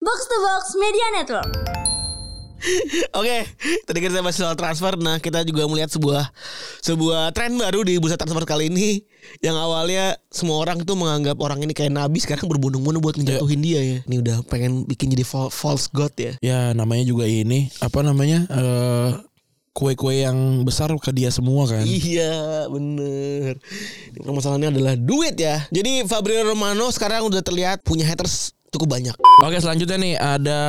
Box to Box Media Network. Oke, tadi kita bahas soal transfer. Nah, kita juga melihat sebuah sebuah tren baru di bursa transfer kali ini yang awalnya semua orang tuh menganggap orang ini kayak nabi sekarang berbondong-bondong buat ngejatuhin dia ya. Ini udah pengen bikin jadi fal- false god ya. Ya namanya juga ini apa namanya eh, kue-kue yang besar ke dia semua kan. Iya bener Permasalahannya adalah duit ya Jadi Fabrizio Romano sekarang udah terlihat punya haters cukup banyak Oke selanjutnya nih ada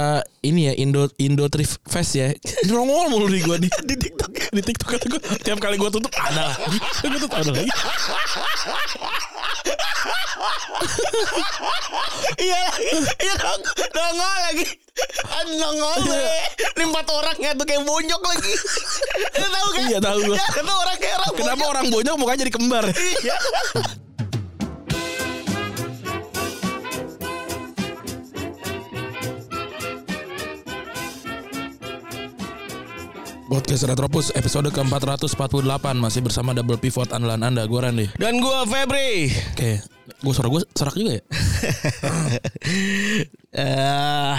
ini ya Indo Indo Thrift Fest ya. Nongol mulu di gua nih di TikTok ya? di TikTok kata gua tiap kali gua tutup ada lagi. Gua tutup ada lagi. Iya Iya dong Nongol lagi Iya. Nongol gue Ini empat orang ya tuh kayak bonyok lagi Lu tau kan Iya, tahu gua. Ya, Itu orang kayak orang Kenapa bonyok. orang bonyok mukanya jadi kembar? Iya. Podcast Retropus episode ke-448 masih bersama double pivot andalan Anda gua Randy. Dan gue Febri Oke, gua suara gua serak juga ya. Eh,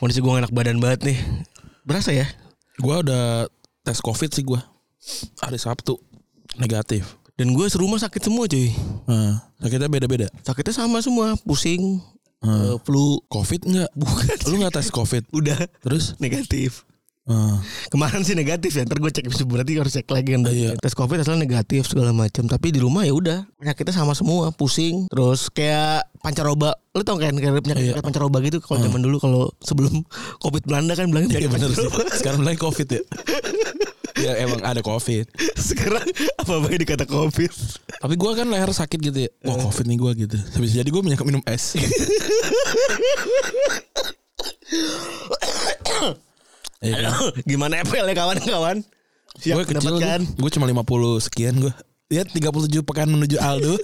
Kondisi gue enak badan banget nih Berasa ya Gua udah tes Covid sih gua. Hari Sabtu negatif. Dan gue serumah sakit semua cuy Heeh. Eh, sakitnya beda-beda. Sakitnya sama semua Pusing eh, Flu Covid enggak? Bukan Lu nggak tes Covid? Udah Terus? Negatif Eh, Kemarin sih negatif ya, ntar gue cek berarti harus cek lagi kan. Iya. Tes covid hasilnya negatif segala macam, tapi di rumah ya udah penyakitnya sama semua, pusing, terus kayak pancaroba. Lu tau kan kayak penyakit Iya. pancaroba gitu kalau zaman dulu kalau sebelum covid Belanda kan bilangnya Iya penyakit bener sih. pancaroba. Sekarang mulai covid ya. ya emang ada covid. Sekarang apa baik dikata covid. Tapi gue kan leher sakit gitu ya. Wah covid nih gue gitu. Habis jadi gue banyak minum es. Iya kan? Gimana April ya kawan-kawan? Siap Gue kecil Iya, mendapatkan. Gue cuma 50 sekian gue. Ya 37 pekan menuju Aldo.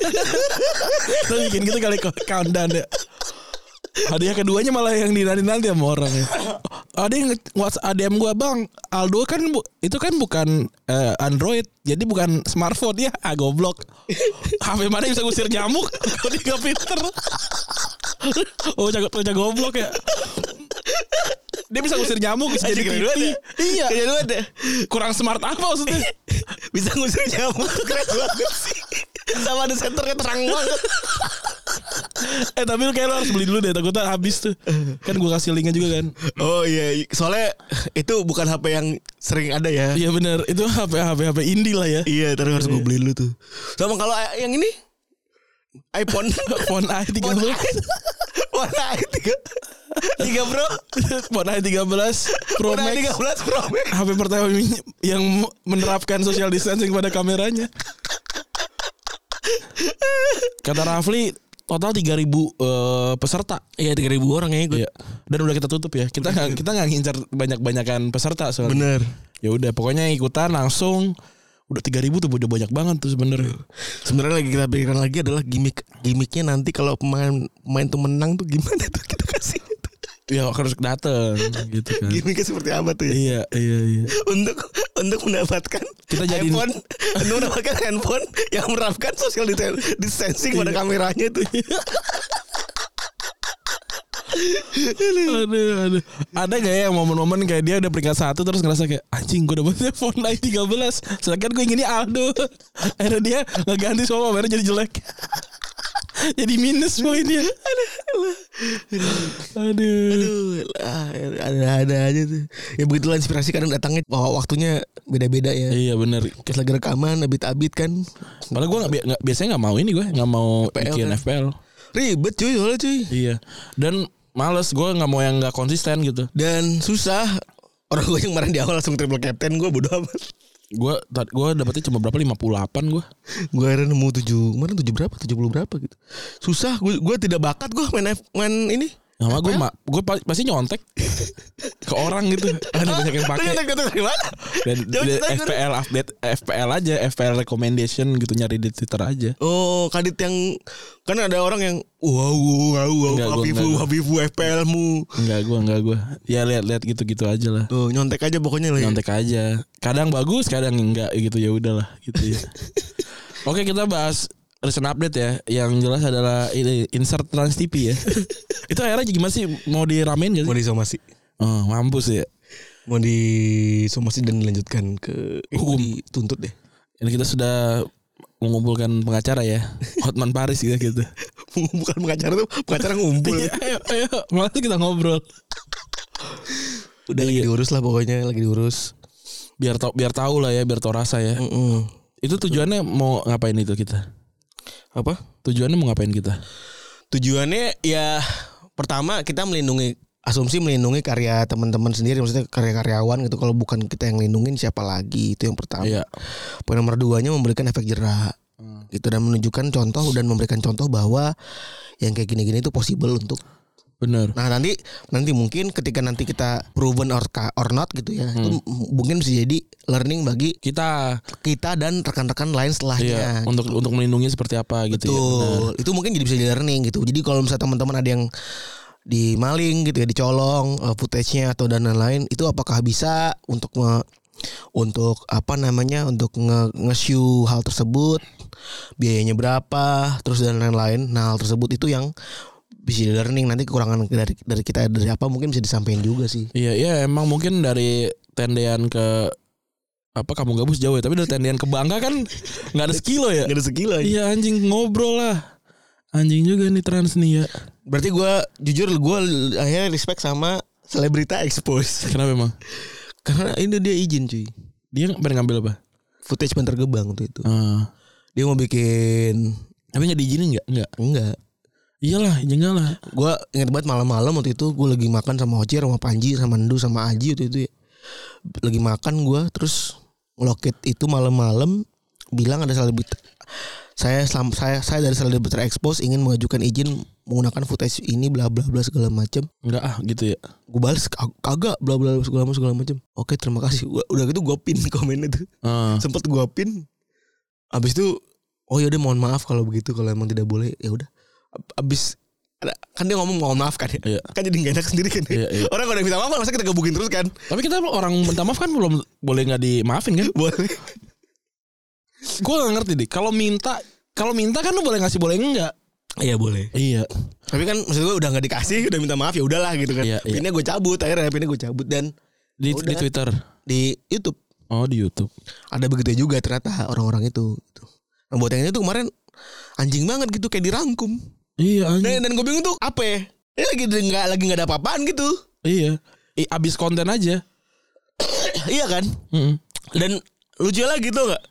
Lo bikin gitu kali kau- countdown ya. Hadiah keduanya malah yang dinanti nanti sama orang ya. Ada yang nge- WhatsApp ADM gua bang Aldo kan bu- itu kan bukan eh, Android jadi bukan smartphone ya ah goblok HP mana bisa ngusir nyamuk kalau dia nggak pinter oh jago jago goblok ya dia bisa ngusir nyamuk bisa jadi Anjing, keren banget tipi ya. iya Keren banget ya. kurang smart apa maksudnya? Bisa ngusir nyamuk keren banget sih. Sama ada senternya terang banget. eh tapi lu kayak lu harus beli dulu deh takutnya habis tuh. Kan gua kasih linknya juga kan. Oh iya, soalnya itu bukan HP yang sering ada ya. Iya benar, itu HP HP HP indie lah ya. Iya, terus harus gue beli dulu tuh. Sama kalau i- yang ini iPhone Phone i13. Phone i- Warna i tiga tiga Pro, Phone i13 Pro warna tiga Max. belas Pro Max. HP pertama ini yang menerapkan social distancing pada kameranya. Kata Rafli total 3000 eh, peserta. Iya tiga ribu orang ya Iya. Dan udah kita tutup ya. Kita nggak kita nggak ngincar banyak-banyakan peserta soalnya. Bener. ya udah pokoknya ikutan langsung udah 3000 tuh udah banyak banget tuh sebenarnya Sebenarnya lagi kita pikirkan lagi adalah gimmick gimmicknya nanti kalau pemain pemain tuh menang tuh gimana tuh kita kasih itu. ya harus dateng gitu kan Gimmicknya seperti apa tuh ya? iya iya iya Untuk untuk mendapatkan Kita jadiin- handphone, untuk mendapatkan handphone yang menerapkan social disen- distancing pada Iya. kameranya tuh. aduh, aduh. ada gak ya yang momen-momen kayak dia udah peringkat satu terus ngerasa kayak anjing gue dapetnya phone i 13 sedangkan gue inginnya Aldo akhirnya dia ngeganti semua pamernya jadi jelek jadi minus poinnya aduh Aduh, ah, ada ada aja tuh. Ya begitulah inspirasi kadang datangnya wah, waktunya beda-beda ya. iya bener Kes lagi rekaman abit-abit kan. Padahal gue biasanya nggak mau ini gue nggak mau FPL bikin kan? FPL Ribet cuy, soalnya cuy. Iya. Dan males gue nggak mau yang nggak konsisten gitu. Dan susah. Orang gue yang kemarin di awal langsung triple captain gue bodo amat. Gue gue dapetnya cuma berapa 58 gue. Gue akhirnya nemu 7, kemarin 7 berapa? 70 berapa gitu. Susah, gue gue tidak bakat gue main F- main ini. Nama gue Nah, ma gue pasti nyontek ke orang gitu. Ada banyak yang pakai. Tanya tanya dari mana? Dan, Jauh, dan jauh, jauh. FPL update FPL aja, FPL recommendation gitu nyari di Twitter aja. Oh, kadit yang kan ada orang yang wow wow wow Enggak, gua Habibu enggak. Habibu FPL mu. Enggak gue enggak gue. Ya lihat-lihat gitu-gitu aja lah. Tuh, nyontek aja pokoknya lah. ya. Nyontek aja. Kadang bagus, kadang enggak gitu ya udahlah gitu ya. Oke, kita bahas recent update ya. Yang jelas adalah ini insert Trans TV ya. Itu akhirnya gimana sih mau diramein gak sih? Mau disomasi. Oh, mampus ya. Mau disomasi dan dilanjutkan ke Hukum. tuntut deh. Ini kita sudah mengumpulkan pengacara ya. Hotman Paris gitu gitu. Iya, Bukan pengacara tuh, pengacara ngumpul. ayo ayo, malah kita ngobrol. Iya. Udah lagi diurus lah pokoknya, lagi diurus. Biar tau biar tahu lah ya, biar tau rasa ya. Mm-mm. Itu tujuannya mau ngapain itu kita? Apa? Tujuannya mau ngapain kita? Tujuannya ya pertama kita melindungi asumsi melindungi karya teman-teman sendiri maksudnya karya karyawan gitu kalau bukan kita yang lindungin siapa lagi itu yang pertama Iya. Hmm. Poin nomor duanya memberikan efek jerah gitu dan menunjukkan contoh dan memberikan contoh bahwa yang kayak gini-gini itu possible untuk Bener. nah nanti nanti mungkin ketika nanti kita proven or, ka- or not gitu ya itu m- Hmm. mungkin bisa jadi learning bagi Kita kita dan rekan-rekan lain Iya, setelahnya untuk untuk melindungi seperti apa gitu Iya, ya. benar. Betul. Itu mungkin jadi bisa di learning gitu. Jadi kalau misalnya teman-teman ada yang dimaling gitu ya, dicolong eh, footage-nya atau dan lain-lain, itu apakah bisa untuk me- untuk apa namanya untuk nge, nge-shoe hal tersebut biayanya berapa terus dan lain-lain nah hal tersebut itu yang bisa di learning nanti kekurangan dari dari kita dari apa mungkin bisa disampaikan juga sih Iya, iya emang mungkin dari tendean ke apa kamu gabus jauh ya, tapi dari tendean ke Bangka kan nggak ada sekilo ya. ada segila Iya anjing ngobrol lah. Anjing juga nih trans nih ya. berarti gua jujur gua akhirnya respect sama selebrita expose Kenapa emang? karena ini dia izin cuy Dia pengen ngambil apa? footage pinter gebang tuh itu Ah. dia mau bikin tapi nggak diizinin nggak? Nggak. enggak Iyalah, jangan lah. gue inget banget malam-malam waktu itu gue lagi makan sama Oci sama Panji sama Ndu sama Aji waktu itu ya. lagi makan gue terus loket itu malam-malam bilang ada selebrita saya selam- saya saya dari selebrita expose ingin mengajukan izin menggunakan footage ini bla bla bla segala macam Nggak ah gitu ya. gue balas "Kag- kagak bla bla bla, segala macam segala macam oke terima kasih Gua- udah gitu gue pin komen itu Ah. sempet gua pin abis itu oh yaudah mohon maaf kalau begitu kalau emang tidak boleh ya udah Ab- abis ada- kan dia ngomong mohon maaf kan ya Iya. kan jadi nggak enak sendiri kan ya. Iya, iya. orang udah minta maaf masa kita gebukin terus kan Tapi kita orang minta maaf kan belum boleh nggak dimaafin kan? boleh Gue nggak ngerti deh. Kalau minta kalau minta kan lu boleh ngasih boleh enggak? iya boleh Iya. tapi kan maksud gua udah nggak dikasih udah minta maaf ya udahlah gitu kan Iya, iya. pinnya gue cabut akhirnya pinnya gue cabut dan Di, Udah. di Twitter. di YouTube Oh di YouTube. ada begitu juga ternyata orang-orang itu Gitu. nah buat yang ini tuh kemarin anjing banget gitu kayak dirangkum Iya anjing. dan, dan gue bingung tuh apa ya ini lagi nggak lagi nggak ada apa-apaan gitu Iya. I, abis konten aja. iya kan Mm-mm. Dan lucu lagi tuh gak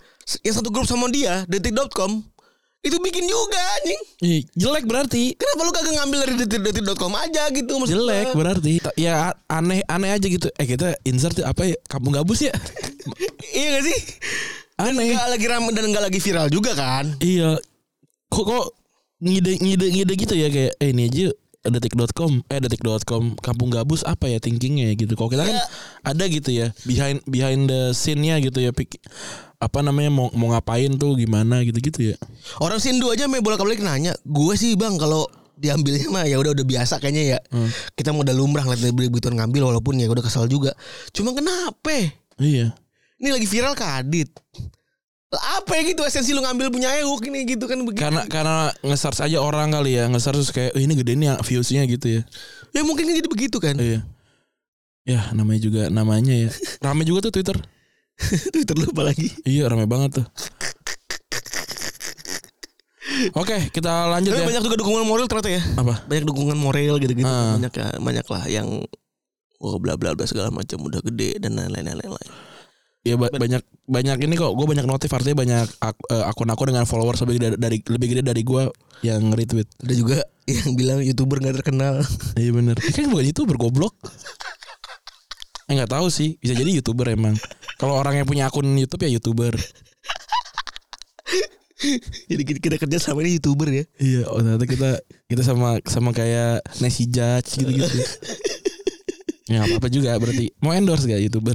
Yang satu grup sama dia Detik.com Itu bikin juga anjing Ih, jelek berarti. Kenapa lu kagak ngambil dari detik- detik.com aja gitu maksud Jelek gua. berarti. Ta- Ya a- aneh aneh aja gitu. Eh kita insert apa ya? Kamu gabus ya? Iya gak sih Aneh. Gak lagi ramai dan gak lagi viral juga kan Iya. Kok kok ngide ngide ngide gitu ya kayak eh ini aja detik.com eh detik.com kampung gabus apa ya thinkingnya ya gitu kalau kita kan Ya. ada gitu ya behind behind the scene-nya gitu ya pik apa namanya mau mau ngapain tuh gimana gitu gitu ya Orang Sindu aja main bola balik nanya Gue sih bang kalau diambilnya mah ya udah udah biasa kayaknya ya Hmm. kita mau udah lumrah ngeliat beli begitu ngambil walaupun ya udah kesal juga cuma kenapa iya ini lagi viral kadit Lah, apa ya gitu esensi lu ngambil punya Euk ini gitu kan begitu karena karena nge-search aja orang kali ya nge-search terus kayak "Eh, ini gede nih views-nya gitu ya ya mungkin jadi begitu kan Iya. Ya namanya juga namanya ya. Rame juga tuh Twitter. Twitter lu apa lagi Iya rame banget tuh. Oke kita lanjut Tapi ya. banyak juga dukungan moral ternyata ya. Apa? Banyak dukungan moral gitu-gitu. Ah. Banyak ya, banyak lah yang oh bla bla bla segala macam udah gede dan lain-lain lain-lain. Ya ba- banyak banyak ini kok. Gue banyak notif artinya banyak ak- eh, akun aku dengan followers lebih gede dari lebih gede dari gue yang retweet. Ada juga yang bilang youtuber nggak terkenal. Iya bener. Kan bukan youtuber goblok. Eh nggak tahu sih. Bisa jadi youtuber emang. Kalau orang yang punya akun YouTube ya youtuber. Jadi kita, kita kerja sama ini youtuber ya. Iya, oh, ternyata kita kita sama sama kayak Nancy Judge gitu-gitu. ya nggak apa-apa juga berarti. Mau endorse gak youtuber?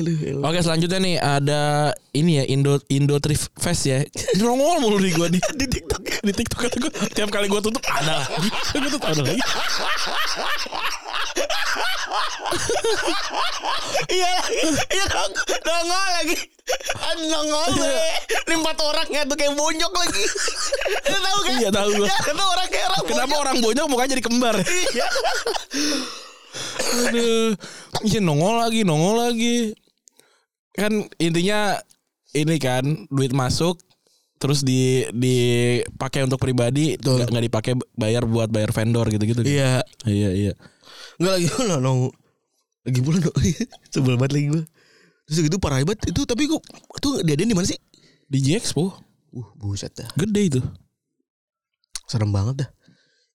Aduh, elah. Oke selanjutnya nih ada ini ya Indo Indo Thrift Fest ya. Nongol mulu di gua nih. di TikTok ya. Di TikTok kata gua, tiap kali gua tutup ada lagi. Gua tutup ada lagi. Iya, iya dong, dongol lagi. Anjong Iya. ole. Ini Empat orang ya tuh kayak bonyok lagi. Lu tahu kan? Iya, tahu gua. Ya, itu orang kayak orang Kenapa bonyok. orang bonyok mukanya jadi kembar? Iya. Aduh. Iya nongol lagi, nongol lagi. Kan intinya ini kan duit masuk terus di dipakai untuk pribadi Betul. nggak nggak dipakai bayar buat bayar vendor gitu-gitu. Iya. Iya, iya. Enggak lagi gue nggak nong. Lagi pula nong. Sebel banget lagi gue. Terus gitu parah banget itu tapi gue itu diadain di mana sih? Di Expo Uh, buset dah. gede itu. Serem banget dah.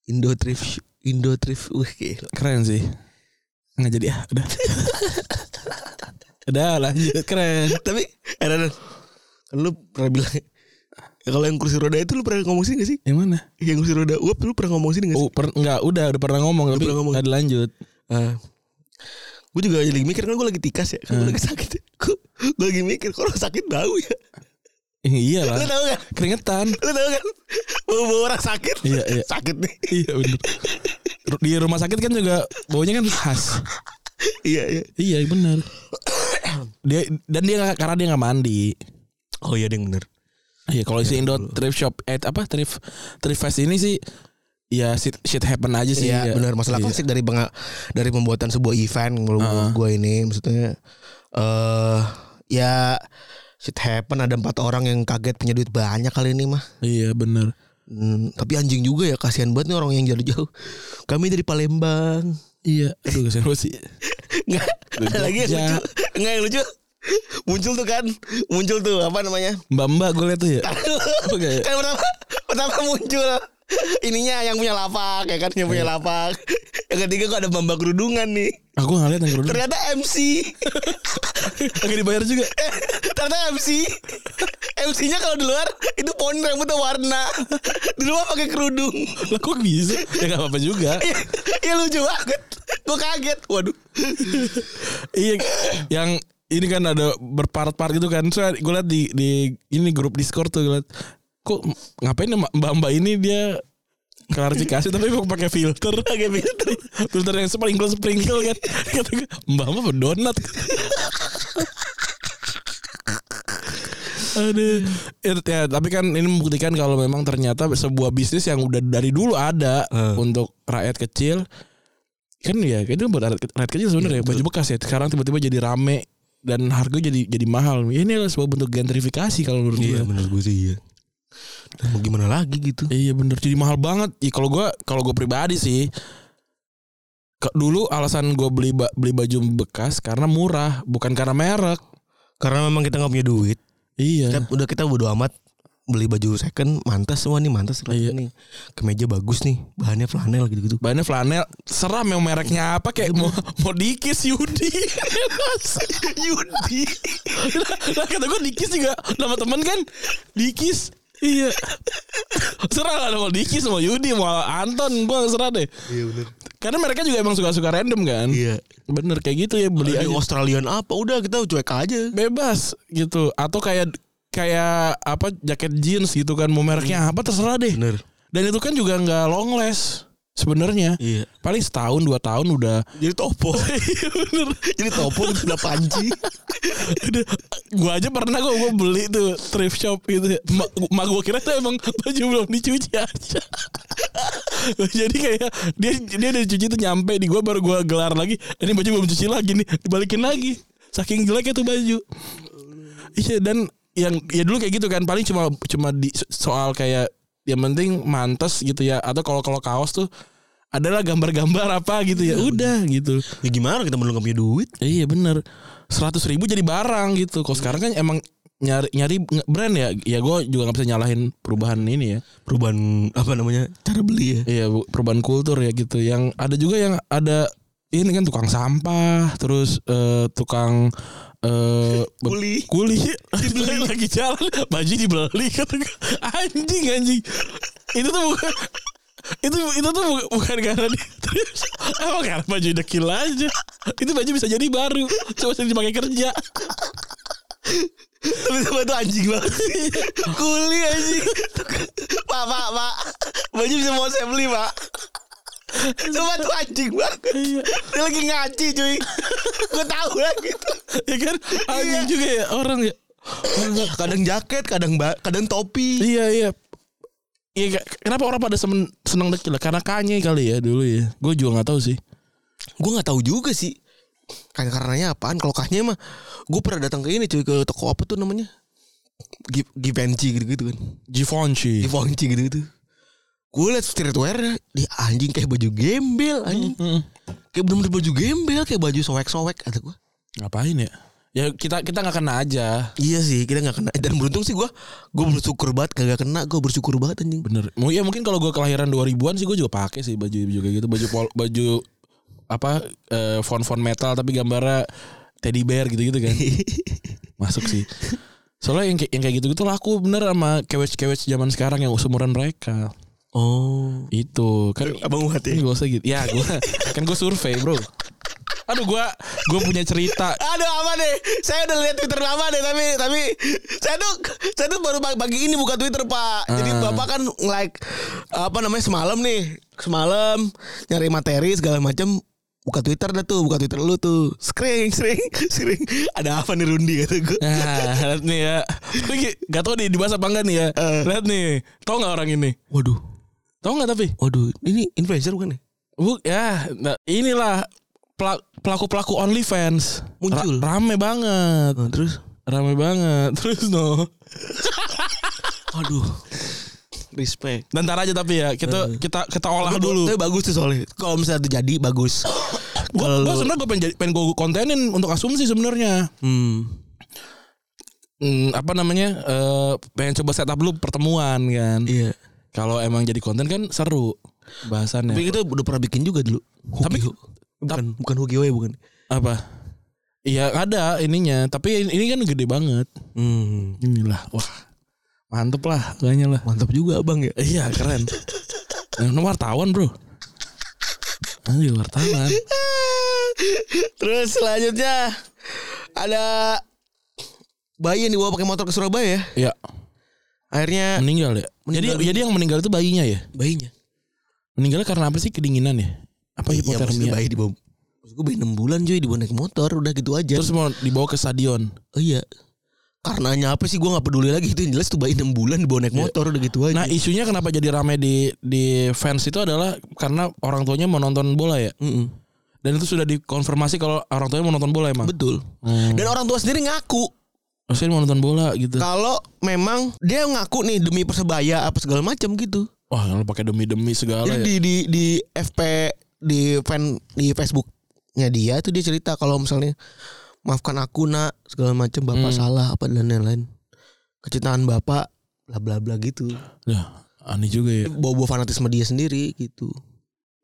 Indo Thrift Indo Thrift wih gila. Keren sih. Nggak jadi ah, udah. udah lanjut keren. tapi eh Ranan, kan lu pernah bilang ya kalau yang kursi roda itu lu pernah ngomong sini gak sih? Yang mana? Yang kursi roda uap lu pernah ngomong sini gak sih? Oh, per, enggak, udah udah pernah ngomong tapi pernah ngomong. nggak dilanjut. gue juga lagi mikir kan gue lagi tikas ya kan gue lagi sakit gue, gue lagi mikir kok orang sakit bau ya Eh, iya lu lah. tau kan Keringetan. lu tau kan bau bau orang sakit Iya, iya. sakit nih Iya bener Ru- Di rumah sakit kan juga baunya kan khas iya iya Iya bener dia, Dan dia nggak- karena dia gak mandi oh iya deng bener Iya kalau si Indo thrift shop eh, Apa thrift, thrift fest ini sih Ya shit, shit happen aja sih Iya benar masalah Iya. klasik dari penga- dari pembuatan sebuah event menurut gue ini maksudnya eh ya shit happen ada empat orang yang kaget punya duit banyak kali ini mah. Iya bener Hmm, tapi anjing juga ya kasihan banget nih orang yang jauh-jauh. Kami dari Palembang. Iya Aduh kasihan banget sih Enggak ada lagi yang Jogja. lucu. Enggak yang lucu. Muncul tuh kan, muncul tuh apa namanya? Mbak-mbak gue liat tuh ya Oke. kan pertama pertama muncul ininya yang punya lapak ya kan yang Iya. punya lapak. Yang ketiga kok ada bamba kerudungan nih. Aku gak liat yang kerudung Ternyata MC. Agak dibayar juga Ternyata MC MC-nya kalau di luar itu poni rambutnya warna. Di luar pakai kerudung. Lah kok bisa Ya gak apa-apa juga Ya, ya lucu banget. Gue kaget. Waduh. Iya, yang ini kan ada berpart-part gitu kan. So, gue liat di di ini grup Discord tuh gue liat, kok ngapain ya mbak mbak ini dia klarifikasi tapi mau pakai filter pakai filter filter yang sprinkle sprinkle kan kata gue mbak mbak berdonat Aduh. Ya, ya, tapi kan ini membuktikan kalau memang ternyata sebuah bisnis yang udah dari dulu ada untuk rakyat kecil kan ya itu buat rakyat, rakyat kecil sebenarnya baju bekas ya sekarang tiba-tiba jadi rame dan harga jadi jadi mahal ya, ini adalah sebuah bentuk gentrifikasi kalau menurut gue menurut gue sih iya. Dan mau gimana lagi gitu. Iya bener jadi mahal banget. Ya, kalau gua kalau gue pribadi sih ke- dulu alasan gue beli ba- beli baju bekas karena murah bukan karena merek. Karena memang kita nggak punya duit. Iya. Kita, udah kita bodo amat beli baju second mantas semua nih mantas Iya. nih kemeja bagus nih bahannya flanel gitu gitu Bahannya flanel seram yang mereknya apa kayak mau mau dikis Yudi. Yudi. Lah kata gue dikis juga nama temen kan dikis. Iya. Serah lah mau dikis mau Yudi mau Anton gua serah deh. iya bener Karena mereka juga emang suka-suka random kan. iya Bener kayak gitu ya beli beli aja. Australian apa udah kita cuek aja bebas gitu atau kayak kayak apa jaket jeans gitu kan mau mereknya apa terserah deh Hmm. bener dan itu kan juga nggak long last sebenarnya iya paling setahun dua tahun udah jadi topo Iya, bener jadi topo udah panci udah gua aja pernah kok gua beli tuh thrift shop gitu Ma, ma gua kira tuh emang baju belum dicuci aja jadi kayak dia dia udah dicuci tuh nyampe di gua baru gua gelar lagi ini baju belum dicuci lagi nih dibalikin lagi saking jeleknya tuh baju iya dan yang ya dulu kayak gitu kan paling cuma cuma di soal kayak yang penting mantas gitu ya atau kalau kalau kaos tuh adalah gambar-gambar apa gitu ya udah gitu ya gimana kita belum nggak punya duit Iya bener Seratus ribu jadi barang gitu Kalau sekarang kan emang nyari nyari nge- brand ya ya gue juga nggak bisa nyalahin perubahan ini ya perubahan apa namanya cara beli ya iya bu- perubahan kultur ya gitu yang ada juga yang ada ini kan tukang sampah terus eh, tukang eh, be- Kuli. kuli dibeli lagi jalan baju dibeli kata gua, anjing anjing itu tuh bukan itu itu tuh bukan, bukan karena dia terus emang karena baju dekil aja itu baju bisa jadi baru cuma sering dipakai kerja tapi sama itu anjing banget sih. kuli anjing pak pak pak baju bisa mau saya beli pak Cuma tuh anjing banget Dia lagi ngaci cuy Gue tau lah gitu ya kan anjing Iya. juga ya orang ya kadang jaket, kadang ba- kadang topi. Iya iya. Iya ka- kenapa orang pada semen, seneng dekil? Karena Kanye kali ya dulu ya. Gue juga nggak tahu sih. Gue nggak tahu juga sih. Kan karenanya apaan? Kalau kahnya mah gue pernah datang ke ini cuy ke toko apa tuh namanya? Gi- Givenchy gitu-gitu kan. Givenchy. Givenchy gitu-gitu. Gue liat streetwear di anjing kayak baju gembel anjing. Kayak bener-bener baju gembel kayak baju sowek-sowek kata gue. Ngapain ya? Ya kita kita nggak kena aja. Iya sih kita nggak kena dan beruntung sih gue gue bersyukur banget kagak kena gue bersyukur banget anjing. Bener. Mau ya mungkin kalau gue kelahiran 2000-an sih gue juga pakai sih baju baju kayak gitu, baju pol, baju apa eh, font-font metal tapi gambarnya teddy bear gitu-gitu kan. Masuk sih. Soalnya yang, kayak- yang kayak gitu-gitu laku bener sama kewec-kewec zaman sekarang yang seumuran mereka. Oh. Itu kan Abang Uhat ya? Ini gak usah gitu. Ya gue kan gue survei bro. Aduh gue gue punya cerita. Aduh apa deh Saya udah lihat Twitter lama deh Tapi tapi Saya tuh Saya tuh baru pag- pagi ini buka Twitter pak Jadi Ah. bapak kan like Apa namanya semalam nih Semalam Nyari materi segala macam Buka Twitter dah tuh Buka Twitter lu tuh Skring skring skring Ada apa nih Rundi kata gue Nah, lihat nih ya. Lu gi- Gak tau nih dibahas apa enggak nih ya. Eh. Lihat nih. Tau gak orang ini? Waduh. Tau gak tapi? Waduh, ini influencer bukan ya? Bu, ya nah, inilah pela- pelaku-pelaku OnlyFans. Muncul. Ra- rame banget. Nah, terus Rame banget. Terus no. aduh. Respect. Dan ntar aja tapi ya Eh. kita kita kita olah Tapi- dulu. Tapi bagus tuh soalnya. Kalau misalnya itu jadi bagus. Kalau Gue lu- sebenarnya gue pengen jadi- pengen gue kontenin untuk asumsi sebenarnya. hmm. Hmm, apa namanya eh, pengen coba setup dulu pertemuan kan Iya. kalau emang jadi konten kan seru bahasannya Tapi kita udah pernah bikin juga dulu. Tapi- Hugio. bukan bukan Hugiwe bukan. apa iya ada ininya tapi ini kan gede banget Hmm. inilah wah mantep lah kayaknya lah Mantap juga Abang ya. iya keren Nah, ini wartawan bro Anjir Ah, iya, wartawan Terus selanjutnya ada bayi yang dibawa pakai motor ke Surabaya ya. Ya Akhirnya meninggal ya Meninggal. Jadi jadi yang meninggal itu bayinya ya bayinya. Meninggalnya karena apa sih kedinginan ya Apa Iya, maksudnya hipotermia bayi dibawa. Maksud gue bayi 6 bulan cuy dibawa naik motor udah gitu aja. Terus mau dibawa ke stadion Oh iya. Karenanya apa sih gue nggak peduli lagi itu yang jelas tuh bayi 6 bulan dibawa naik motor udah gitu aja. Nah isunya kenapa jadi rame di di fans itu adalah karena orang tuanya mau nonton bola ya. Mm-mm. Dan itu sudah dikonfirmasi kalau orang tuanya mau nonton bola emang. Betul. Hmm. Dan orang tua sendiri ngaku Maksudnya mau nonton bola gitu. kalau memang dia ngaku nih demi persebaya apa segala macam gitu. Wah kalau pakai demi-demi segala ya. Jadi di di di FP di fan di Facebooknya dia itu dia cerita kalau misalnya maafkan aku nak segala macam bapak salah apa dan lain-lain kecintaan bapak bla bla bla gitu Nah, aneh juga ya. bawa bawa fanatisme dia sendiri gitu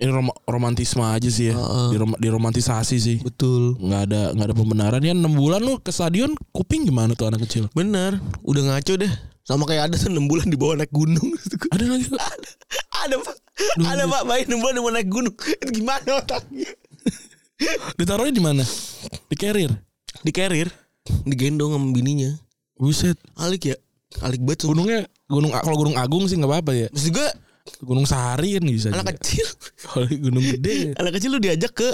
Ini rom- romantisme aja sih ya. Heeh. Dirom- diromantisasi sih. betul Nggak ada nggak ada pembenaran ya 6 bulan lu ke stadion kuping gimana tuh anak kecil? bener udah ngaco deh sama kayak ada tuh enam bulan dibawa naik gunung Ada lagi tuh. ada pak ada pak bayi enam bulan dibawa naik gunung itu gimana otaknya ditaruhnya di mana? Di carrier. di carrier digendong sama bininya Buset. alik ya alik banget sumpah. Gunungnya gunung kalau gunung agung sih nggak apa-apa ya. maksud gue Gunung Sahari kan bisa. juga. anak kecil Kalau gunung gede ya. anak kecil lu diajak ke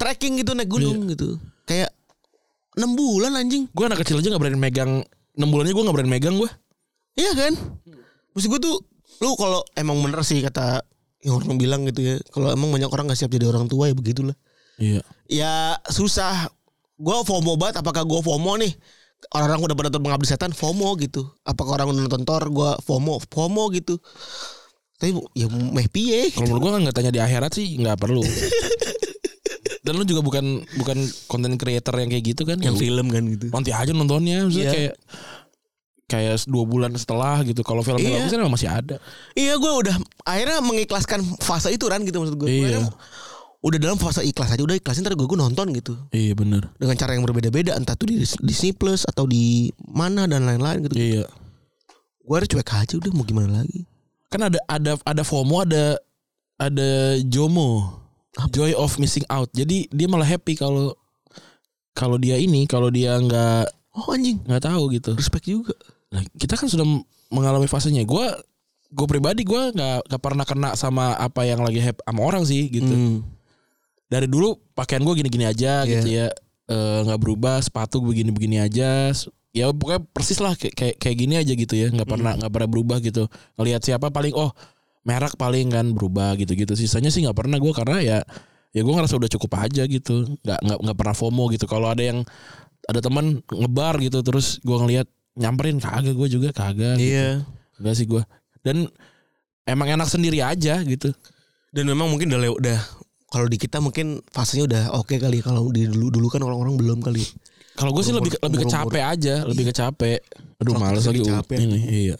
trekking gitu naik gunung gitu kayak enam bulan anjing Gue anak kecil aja gak berani megang 6 bulannya gue gak berani megang gue iya kan maksud gue tuh lu kalau emang bener sih kata yang orang bilang gitu ya kalau emang banyak orang gak siap jadi orang tua ya begitulah Iya ya susah gue FOMO banget apakah gue FOMO nih orang-orang udah pada nonton pengabdi setan FOMO gitu apakah orang udah nonton Thor gue FOMO FOMO gitu tapi ya meh piye Kalau menurut gue kan gak tanya di akhirat sih gak perlu Dan lu juga bukan bukan konten creator yang kayak gitu kan yang film kan gitu Nanti aja nontonnya Maksudnya Iya. kayak Kayak 2 bulan setelah gitu Kalau film Iya. bagus kan emang masih ada Iya gue udah akhirnya mengikhlaskan fase itu kan gitu maksud gue. Gue Iya. akhirnya Udah dalam fase ikhlas aja udah ikhlasin ntar gue, gue nonton gitu Iya bener dengan cara yang berbeda-beda entah tuh di Disney Plus atau di mana dan lain-lain gitu. Iya Gue harus cuek aja udah mau gimana lagi. Kan ada ada ada FOMO ada ada JOMO Joy of Missing Out Jadi dia malah happy kalau kalau dia ini kalau dia nggak Oh anjing, nggak tahu gitu respect juga. Nah, kita kan sudah mengalami fasenya. Gua gue pribadi gua nggak nggak pernah kena sama apa yang lagi hype sama orang sih gitu. Dari dulu pakaian gue gini-gini aja gitu ya, Eh, nggak berubah, sepatu begini-begini aja, s- ya pokoknya persis lah kayak kayak, kayak gini aja gitu ya nggak pernah nggak pernah berubah gitu ngelihat siapa paling oh merek paling kan berubah gitu gitu sisanya sih nggak pernah gue karena ya ya gue ngerasa udah cukup aja gitu nggak nggak nggak pernah fomo gitu kalau ada yang ada teman ngebar gitu terus gue ngelihat nyamperin kagak gue juga kagak gitu. Iya. Enggak sih gue dan emang enak sendiri aja gitu Dan memang mungkin udah lew- udah Kalau di kita mungkin fasenya udah oke kali ya, kalau di dulu dulu kan orang-orang belum kali. kalau gue sih lebih Umur- lebih umur- kecape aja lebih kecape Iya. aduh Faktor males lagi lebih uh, capek. ini iya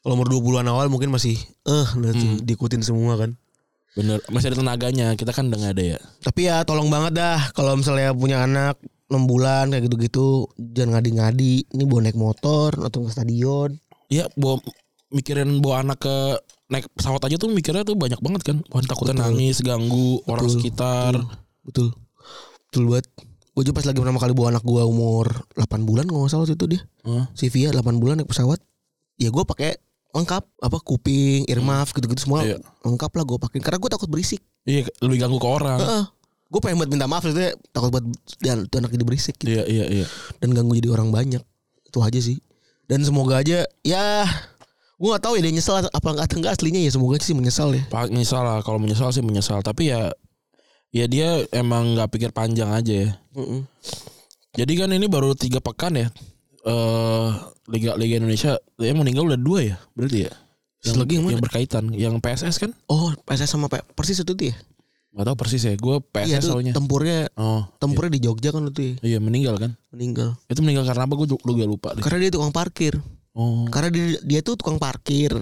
Kalau umur 20-an awal mungkin masih eh nanti diikutin semua kan. bener masih ada tenaganya kita kan udah nggak ada ya Tapi ya tolong banget dah kalau misalnya punya anak 6 bulan kayak gitu-gitu jangan ngadi-ngadi ini bawa naik motor atau ke stadion Iya bawa mikirin bawa anak ke naik pesawat aja tuh mikirnya tuh banyak banget kan. Wah takutnya nangis, ganggu orang sekitar. betul betul banget gue juga pas lagi pertama kali bawa anak gue umur 8 bulan kalau nggak salah waktu itu dia Hah? si Via 8 bulan naik pesawat ya gue pakai lengkap apa kuping earmuff gitu-gitu semua Iya. lengkap lah gue pakai karena gue takut berisik Iya lebih ganggu ke orang. gue pengen buat minta maaf itu takut buat dan tuh anak jadi berisik gitu Iya iya iya. dan ganggu jadi orang banyak itu aja sih dan semoga aja ya gue nggak tahu ya dia nyesel apa atau enggak aslinya ya semoga sih menyesal ya Pak nyesal lah kalau menyesal sih menyesal tapi ya ya dia emang nggak pikir panjang aja ya. Jadi kan ini baru tiga pekan ya. Eh Liga Liga Indonesia yang meninggal udah dua ya berarti ya. Yang, Lagi yang mana? yang berkaitan yang PSS kan? oh PSS sama P- persis itu tuh ya Gak tau persis ya. Gue iya PSS tuh soalnya. tempurnya Oh tempurnya di Jogja kan itu ya iya meninggal kan? meninggal Itu meninggal karena apa? Gue juga lupa. deh. karena dia tukang parkir Oh. karena dia, dia tuh tukang parkir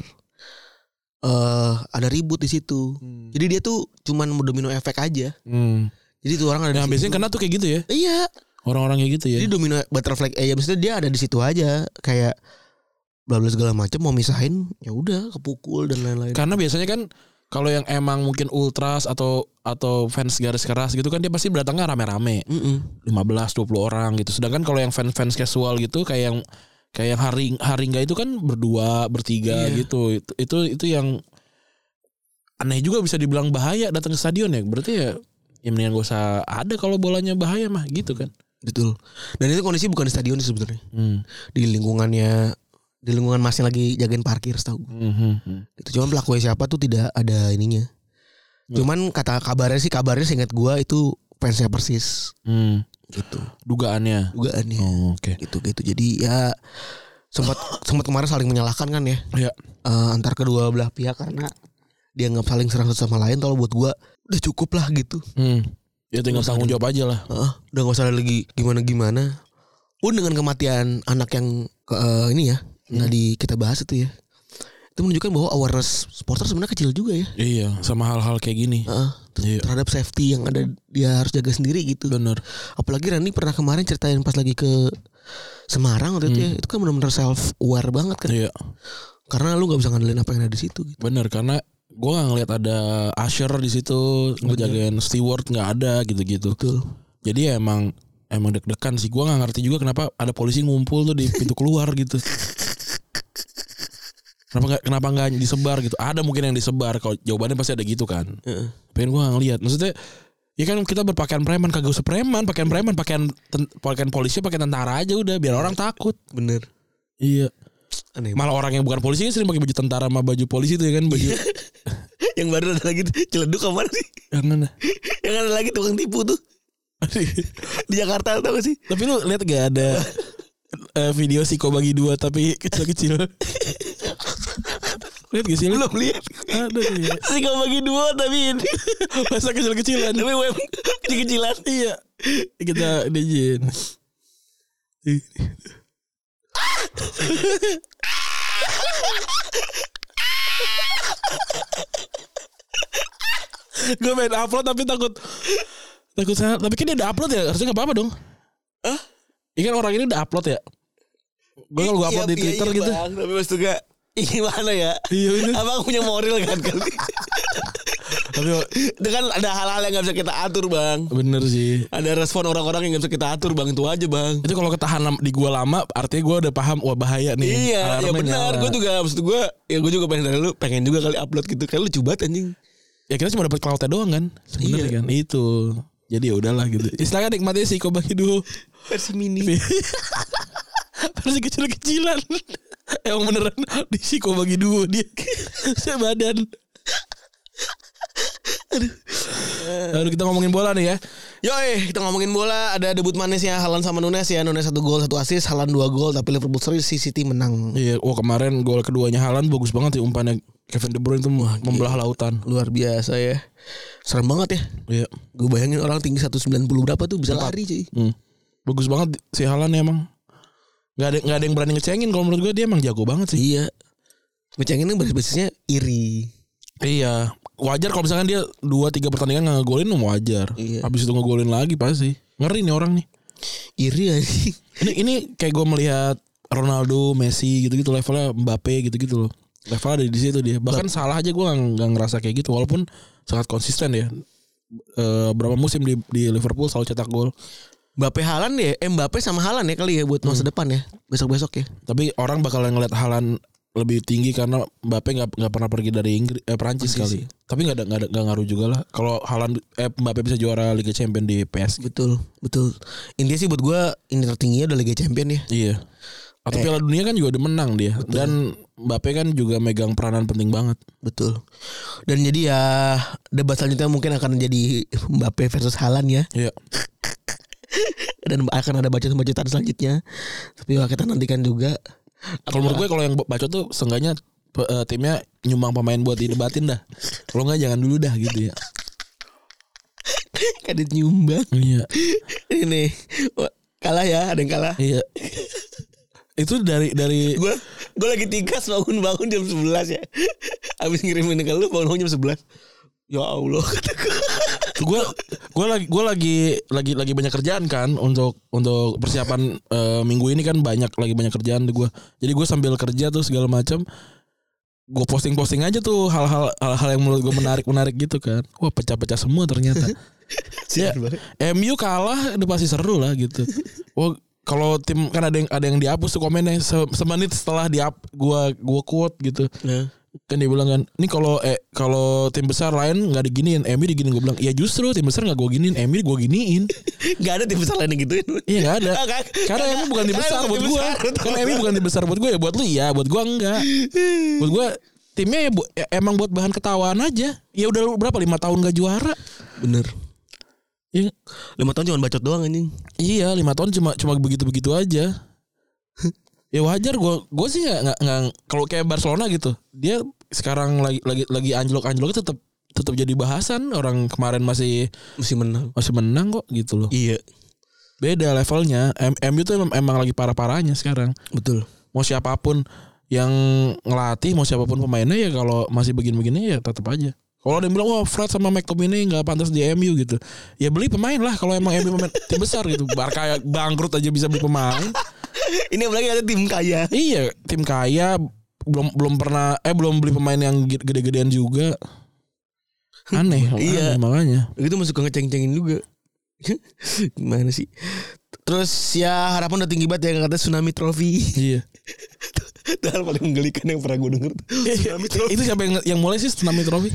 eh ada ribut di situ jadi dia tuh cuman mau domino efek aja Hmm. jadi tuh orang ada Nah, di biasanya situ. kena tuh kayak gitu ya. iya Orang-orang kayak gitu ya. Jadi domino butterfly eh ya maksudnya dia ada di situ aja kayak bla bla segala macam mau misahin ya udah kepukul dan lain-lain. Karena biasanya kan kalau yang emang mungkin ultras atau atau fans garis keras gitu kan dia pasti datangnya rame-rame. Mm-mm. 15 20 orang gitu. Sedangkan kalau yang fans-fans casual gitu kayak yang kayak yang haring haringga itu kan berdua, bertiga Iya. gitu. Itu, itu itu yang aneh juga bisa dibilang bahaya datang ke stadion ya. Berarti ya ya mendingan gak usah ada kalau bolanya bahaya mah gitu kan. Betul. Dan itu kondisi bukan di stadion sih sebenarnya. Hmm. Di lingkungannya di lingkungan masnya lagi jagain parkir setahu gue. Hmm, Gitu. Cuman pelakunya siapa tuh tidak ada ininya. Cuman kata kabarnya sih kabarnya seingat gua itu fansnya persis Hmm. gitu. Dugaannya. Dugaannya. Oh, oke. Gitu gitu. Jadi ya sempat sempat kemarin saling menyalahkan kan ya. Ya. eh, antar kedua belah pihak karena dianggap saling serang satu sama lain kalau buat gua udah cukup lah gitu Hmm. Ya tinggal tanggung jawab aja lah. Heeh, udah gak usah ada lagi gimana gimana pun dengan kematian anak yang ke- eh, ini ya tadi kita bahas itu ya itu menunjukkan bahwa awareness supporter sebenarnya kecil juga ya Iya, sama hal-hal kayak gini. Heeh, ter- Iya. terhadap safety yang ada dia harus jaga sendiri gitu Bener. apalagi Randy pernah kemarin ceritain pas lagi ke Semarang waktu itu ya itu kan benar-benar self aware banget kan Iya, karena lu nggak bisa ngandelin apa yang ada di situ gitu. bener karena gue nggak ngeliat ada usher di situ ngejagain steward nggak ada gitu-gitu. betul Jadi ya emang emang deg-degan sih. Gue nggak ngerti juga kenapa ada polisi ngumpul tuh di pintu keluar gitu. Kenapa nggak kenapa nggak disebar gitu? Ada mungkin yang disebar. Kalau jawabannya pasti ada gitu kan. Iya. Pengen gue nggak ngeliat. Maksudnya Ya kan kita berpakaian preman kagak usah preman, pakaian preman, pakaian ten- pakaian polisi, pakaian tentara aja udah biar orang takut. bener Iya. aneh Malah orang yang bukan polisi kan sering pakai baju tentara sama baju polisi tuh ya kan baju. yang baru ada lagi tuh, celeduk kemana sih Jangan dah. yang ada lagi tukang tipu tuh di Jakarta tau gak sih tapi lu lihat gak ada eh, video Siko bagi dua tapi kecil-kecil. lihat gak sih lu? Belum lihat. Ada tuh ya. sih bagi dua tapi ini Masa kecil-kecilan. tapi web kecil-kecilan iya. Kita dijin. Gue main upload tapi takut takut salah. Tapi kan dia udah upload ya, harusnya gak apa-apa dong. Hah? Ikan orang ini udah upload ya. Gue Iya, kalau gue upload di Twitter gitu. tapi mas juga ih, gimana ya Iya bener. abang punya moral kan kali Tapi dengan ada hal-hal yang gak bisa kita atur bang bener sih. ada respon orang-orang yang gak bisa kita atur bang itu aja bang Itu kalau ketahan lam- di gua lama, artinya gua udah paham wah bahaya nih. Iya, ya Alarmnya benar. nyala. Gue juga, maksud gue, ya gue juga pengen dari lu, pengen juga kali upload gitu. Kayak lucu banget anjing. ya kita cuma dapat cloudnya doang kan sebenarnya kan itu Ya, jadi ya udahlah gitu silakan nikmati sih kau bagi dulu Versi mini. versi kecil-kecilan emang beneran di siko bagi duo dia sebadan Aduh. Aduh kita ngomongin bola nih ya Yoi, eh, kita ngomongin bola. Ada debut manis ya, Halan sama Nunes ya. Nunes satu gol, satu assist. Halan dua gol, tapi Liverpool seri, si City menang. Iya, wah kemarin gol keduanya Haaland bagus banget ya umpannya Kevin De Bruyne itu membelah lautan. Luar biasa ya. Serem banget ya. Iya. Gue bayangin orang tinggi 190 berapa tuh bisa lari cuy. Hmm. Bagus banget si Haaland emang. Gak ada gak ada yang berani ngecengin kalau menurut gue dia emang jago banget sih. Iya. Macam ini basis-basisnya iri. Iya. Wajar kalau misalkan dia 2 3 pertandingan gak ngegolin emang wajar. Iya. Habis itu ngegolin lagi pasti. Ngeri nih orang nih. Iri ya. anjing. Ini ini kayak gue melihat Ronaldo, Messi gitu-gitu levelnya Mbappe gitu-gitu loh. Levelnya ada di situ dia. Bahkan salah aja gue nggak ngerasa kayak gitu walaupun sangat konsisten ya. Eh, berapa musim di, di Liverpool selalu cetak gol. Mbappe Halan ya, eh, Mbappe sama Halan ya kali ya buat masa depan ya. Besok-besok ya. Tapi orang bakalan ngeliat Halan lebih tinggi karena Mbappe nggak nggak pernah pergi dari Inggris eh, Prancis kali. Tapi nggak ada nggak ada- nggak ngaruh juga lah. Kalau Halan eh Mbappe bisa juara Liga Champions di PSG. Betul, betul. Intinya sih buat gue ini tertingginya udah Liga Champion ya. Iya. Atau Piala Dunia kan juga udah menang dia dan Mbappe kan juga megang peranan penting banget. Betul. Dan jadi ya debat selanjutnya mungkin akan jadi Mbappe versus Halan ya. Iya. Dan akan ada bacaan-bacaan selanjutnya. Tapi wah, kita nantikan juga. Kalau menurut gue kalau yang bacot tuh seenggaknya pe- eh, timnya nyumbang pemain buat didebatin dah. Kalau nggak jangan dulu dah gitu ya. Kadit nyumbang. Iya. Ini wah, kalah ya, ada yang kalah. Iya. Itu dari dari Gue gue lagi tikas bangun-bangun jam 11 ya. Abis ngirimin ke lu bangun-bangun jam 11. Ya Allah kata gue. gue gue lagi gue lagi lagi lagi banyak kerjaan kan untuk untuk persiapan eh, minggu ini kan banyak lagi banyak kerjaan gue jadi gue sambil kerja tuh segala macam gue posting posting aja tuh hal-hal hal-hal yang menurut gue menarik menarik gitu kan wah pecah-pecah semua ternyata ya, MU kalah udah pasti seru lah gitu wah kalau tim kan ada yang ada yang dihapus tuh komennya se- semenit setelah diap gue gue quote gitu Nah. kan dia bilang kan ini kalau eh kalau tim besar lain nggak diginiin Emi diginiin gue bilang ya justru tim besar nggak gue giniin Emi gue giniin Gak ada tim besar lain yang gituin. iya nggak ada Nggak, nggak. karena Emi bukan tim Karena besar bukan buat tim gue besar. karena Emi bukan tim besar buat gue ya buat lu iya buat gue enggak buat gue timnya ya bu- ya emang buat bahan ketawaan aja ya udah lu berapa lima tahun gak juara Bener. Iya. Ya, Lima tahun cuma bacot doang anjing. iya lima tahun cuma cuma begitu begitu aja ya wajar gue gue sih nggak nggak- nggak kalau kayak Barcelona gitu dia sekarang lagi lagi lagi anjlok anjlok tetap tetap jadi bahasan orang kemarin masih Mesti menang. masih menang kok gitu loh Iya, beda levelnya M MU tuh emang, emang lagi parah parahnya sekarang betul. mau siapapun yang ngelatih mau siapapun pemainnya ya kalau masih begini-begini ya tetap aja kalau ada yang bilang wah Fred sama McTominay nggak pantas di MU gitu ya beli pemain lah kalau emang MU pemain tim besar gitu Barca ya bangkrut aja bisa beli pemain Ini apalagi ada tim kaya. iya tim kaya belum belum pernah eh belum beli pemain yang gede- gede-gedean juga aneh, Iya. aneh makanya Itu masuk suka ngeceng-cengin juga. Gimana sih? Terus ya harapan udah tinggi banget ya kata tsunami trofi. iya Itu hal paling menggelikan yang pernah gue denger. tsunami trofi. itu siapa yang yang mulai sih tsunami trophy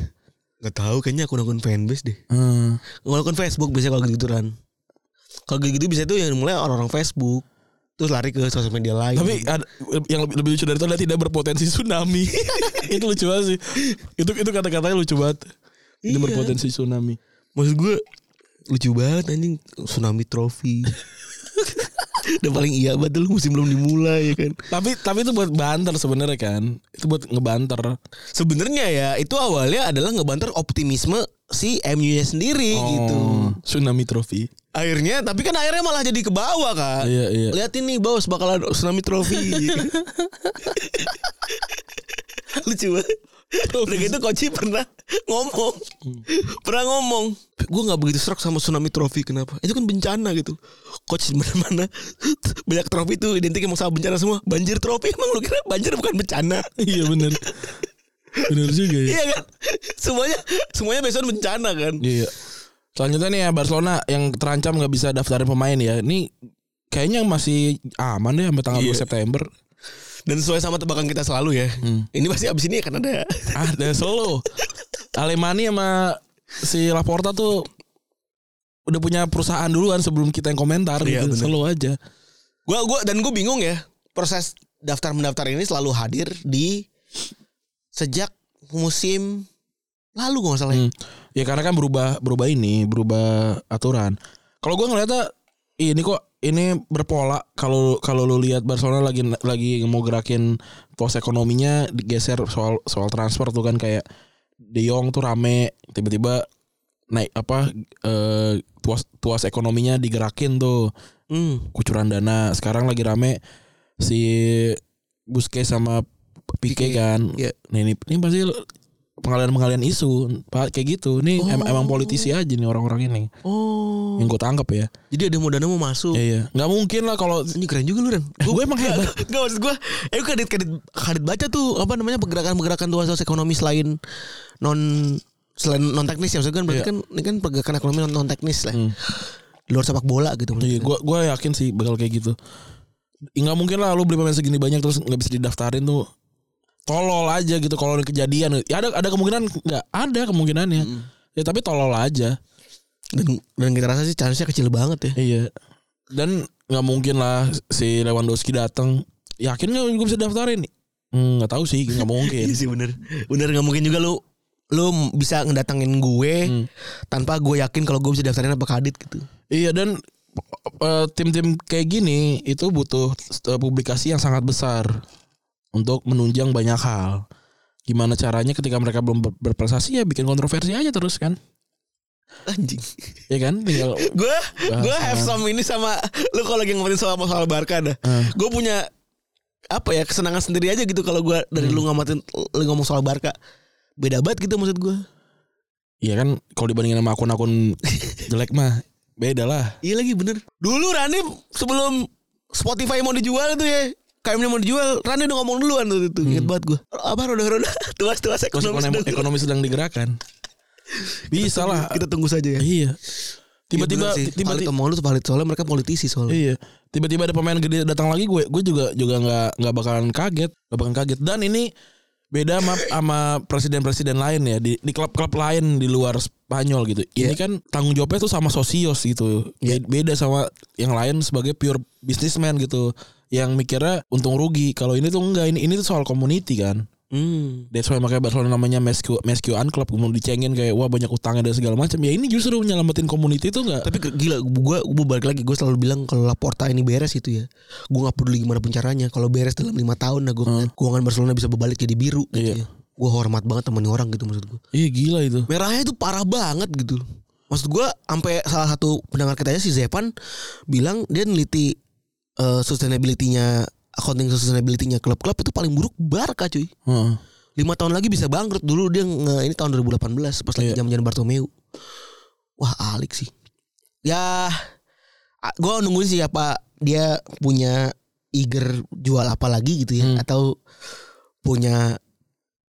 Gak tau kayaknya akun-akun fanbase deh. Hmm. Akun Facebook biasanya kalau gitu-gituan. Kalau gitu-gitu bisa tuh yang mulai orang-orang Facebook. Terus lari ke sosmed media lain. Tapi ada, yang lebih, lebih lucu dari itu adalah tidak berpotensi tsunami. itu lucu banget sih. Itu itu kata-katanya lucu banget. Tidak Iya. berpotensi tsunami. Maksud gue lucu banget anjing tsunami trofi. Udah paling iya banget lu musim belum dimulai ya kan. Tapi tapi itu buat banter sebenarnya kan. Itu buat ngebanter. Sebenarnya ya itu awalnya adalah ngebanter optimisme si MU-nya sendiri gitu. Oh, Tsunami trofi. Akhirnya tapi kan akhirnya malah jadi ke bawah kan. Iya, iya. Liatin nih bos bakalan tsunami trofi. lucu banget. Udah gitu Koci pernah ngomong Hmm. Pernah ngomong Gue gak begitu serak sama tsunami trofi Kenapa? Itu kan bencana gitu Coach di mana Banyak trofi itu identik emang sama bencana semua Banjir trofi emang lu kira banjir bukan bencana iya benar. Benar juga ya. Iya kan? Semuanya semuanya besok bencana kan? Iya. Selanjutnya nih ya Barcelona yang terancam nggak bisa daftarin pemain ya. Ini kayaknya masih aman deh sampai tanggal Iya. 2 September. Dan sesuai sama tebakan kita selalu ya. Ini pasti abis ini akan ada Ada Ah, solo. Alemani sama si Laporta tuh udah punya perusahaan duluan sebelum kita yang komentar Iya, gitu. bener. Solo aja. gua gua dan gue bingung ya proses daftar mendaftar ini selalu hadir di sejak musim lalu kalau nggak salah. ya. Hmm. Ya karena kan berubah berubah ini, berubah aturan. Kalau gua ngeliatnya ini kok ini berpola kalau kalau lu lihat Barcelona lagi lagi mau gerakin pos ekonominya digeser soal soal transfer tuh kan kayak De Jong tuh rame tiba-tiba naik apa eh, tuas tuas ekonominya digerakin tuh Hmm. kucuran dana sekarang lagi rame si Busquets sama Pique, kan iya. nah ini ini pasti pengalian-pengalian isu Pak, kayak gitu nih em- emang politisi aja nih orang-orang ini Oh. yang gue tangkap ya Jadi ada mau dana mau Hmm. masuk. iya iya nggak mungkin lah kalau Ini keren juga lu Ren. gue emang hebat Gak maksud gue Eh kadit kadit Kadit baca tuh Apa namanya Pergerakan-pergerakan tuas tuas ekonomi Selain Non Selain non teknis ya Maksudnya kan berarti Iya. Hmm. kan Ini kan pergerakan ekonomi non, teknis lah Di luar sepak bola gitu iya maksudnya. gue gue yakin sih bakal kayak gitu Ya, nggak mungkin lah lu beli pemain segini banyak terus nggak bisa didaftarin tuh tolol aja gitu kalau kejadian ya ada ada kemungkinan nggak ada kemungkinannya ya tapi tolol aja dan, dan kita rasa sih Chance-nya kecil banget ya Iya. Dan nggak mungkin lah si Lewandowski datang. Yakin nggak gue bisa daftarin? Hmm, Nggak tahu sih, nggak mungkin. Iya sih bener Bener gak mungkin juga lu Lu bisa ngedatengin gue Tanpa gue yakin Kalau gue bisa daftarin apa kadit gitu iya dan eh, tim-tim kayak gini itu butuh eh, publikasi yang sangat besar untuk menunjang banyak hal. Gimana caranya ketika mereka belum ber- berprestasi ya bikin kontroversi aja terus kan? Anjing Iya kan? Tinggal Gue Gue Bahkan. have some ini sama Lu kalau lagi ngomongin soal soal Barca dah Eh, Gue punya apa ya kesenangan sendiri aja gitu kalau gue dari lu ngamatin lu ngomong soal Barca beda banget gitu maksud gue Iya kan kalau dibandingin sama akun-akun jelek mah beda lah. iya lagi bener dulu Rani sebelum Spotify mau dijual tuh ya KM-nya mau dijual Rani udah ngomong duluan tuh itu inget banget gue apa roda-roda tuas-tuas ekonomi Ekonomi, sedang- ekonomi sedang digerakkan. Bisa lah. kita tunggu saja ya Iya. Tiba-tiba Iya bener sih. valid tiba-tiba omong lu tuh valid soalnya mereka politisi Iya. soalnya Tiba-tiba ada pemain gede datang lagi gue gue juga juga nggak nggak bakalan kaget, nggak bakalan kaget. Dan ini beda sama, sama presiden-presiden lain ya di di klub-klub lain di luar Spanyol gitu. Ini kan tanggung jawabnya tuh sama sosios gitu. Be- Beda sama yang lain sebagai pure businessman gitu yang mikirnya untung rugi. Kalau ini tuh enggak ini ini tuh soal community kan. hmm. That's why makanya Barcelona namanya Mescu Mescu Club kemudian dicengin kayak wah banyak utangnya dan segala macam. Ya ini justru nyelamatin community tuh enggak tapi ke- gila gue gue balik lagi gue selalu bilang kalau Laporta ini beres gitu ya gue nggak peduli gimana pun caranya kalau beres dalam lima tahun nah gue keuangan Barcelona bisa berbalik jadi biru gitu Iya. ya gue hormat banget temen orang gitu maksud gue Iya gila itu. merahnya itu parah banget gitu maksud gue sampai salah satu pendengar kita aja si Zepan bilang dia neliti eh, sustainability-nya accounting sustainability-nya klub-klub itu paling buruk Barca cuy Heeh. lima tahun lagi bisa bangkrut dulu dia nge- ini tahun 2018 pas lagi Iya. zaman-zaman Bartomeu wah alik sih ya a- gua nungguin sih apa dia punya eager jual apa lagi gitu ya Hmm. atau punya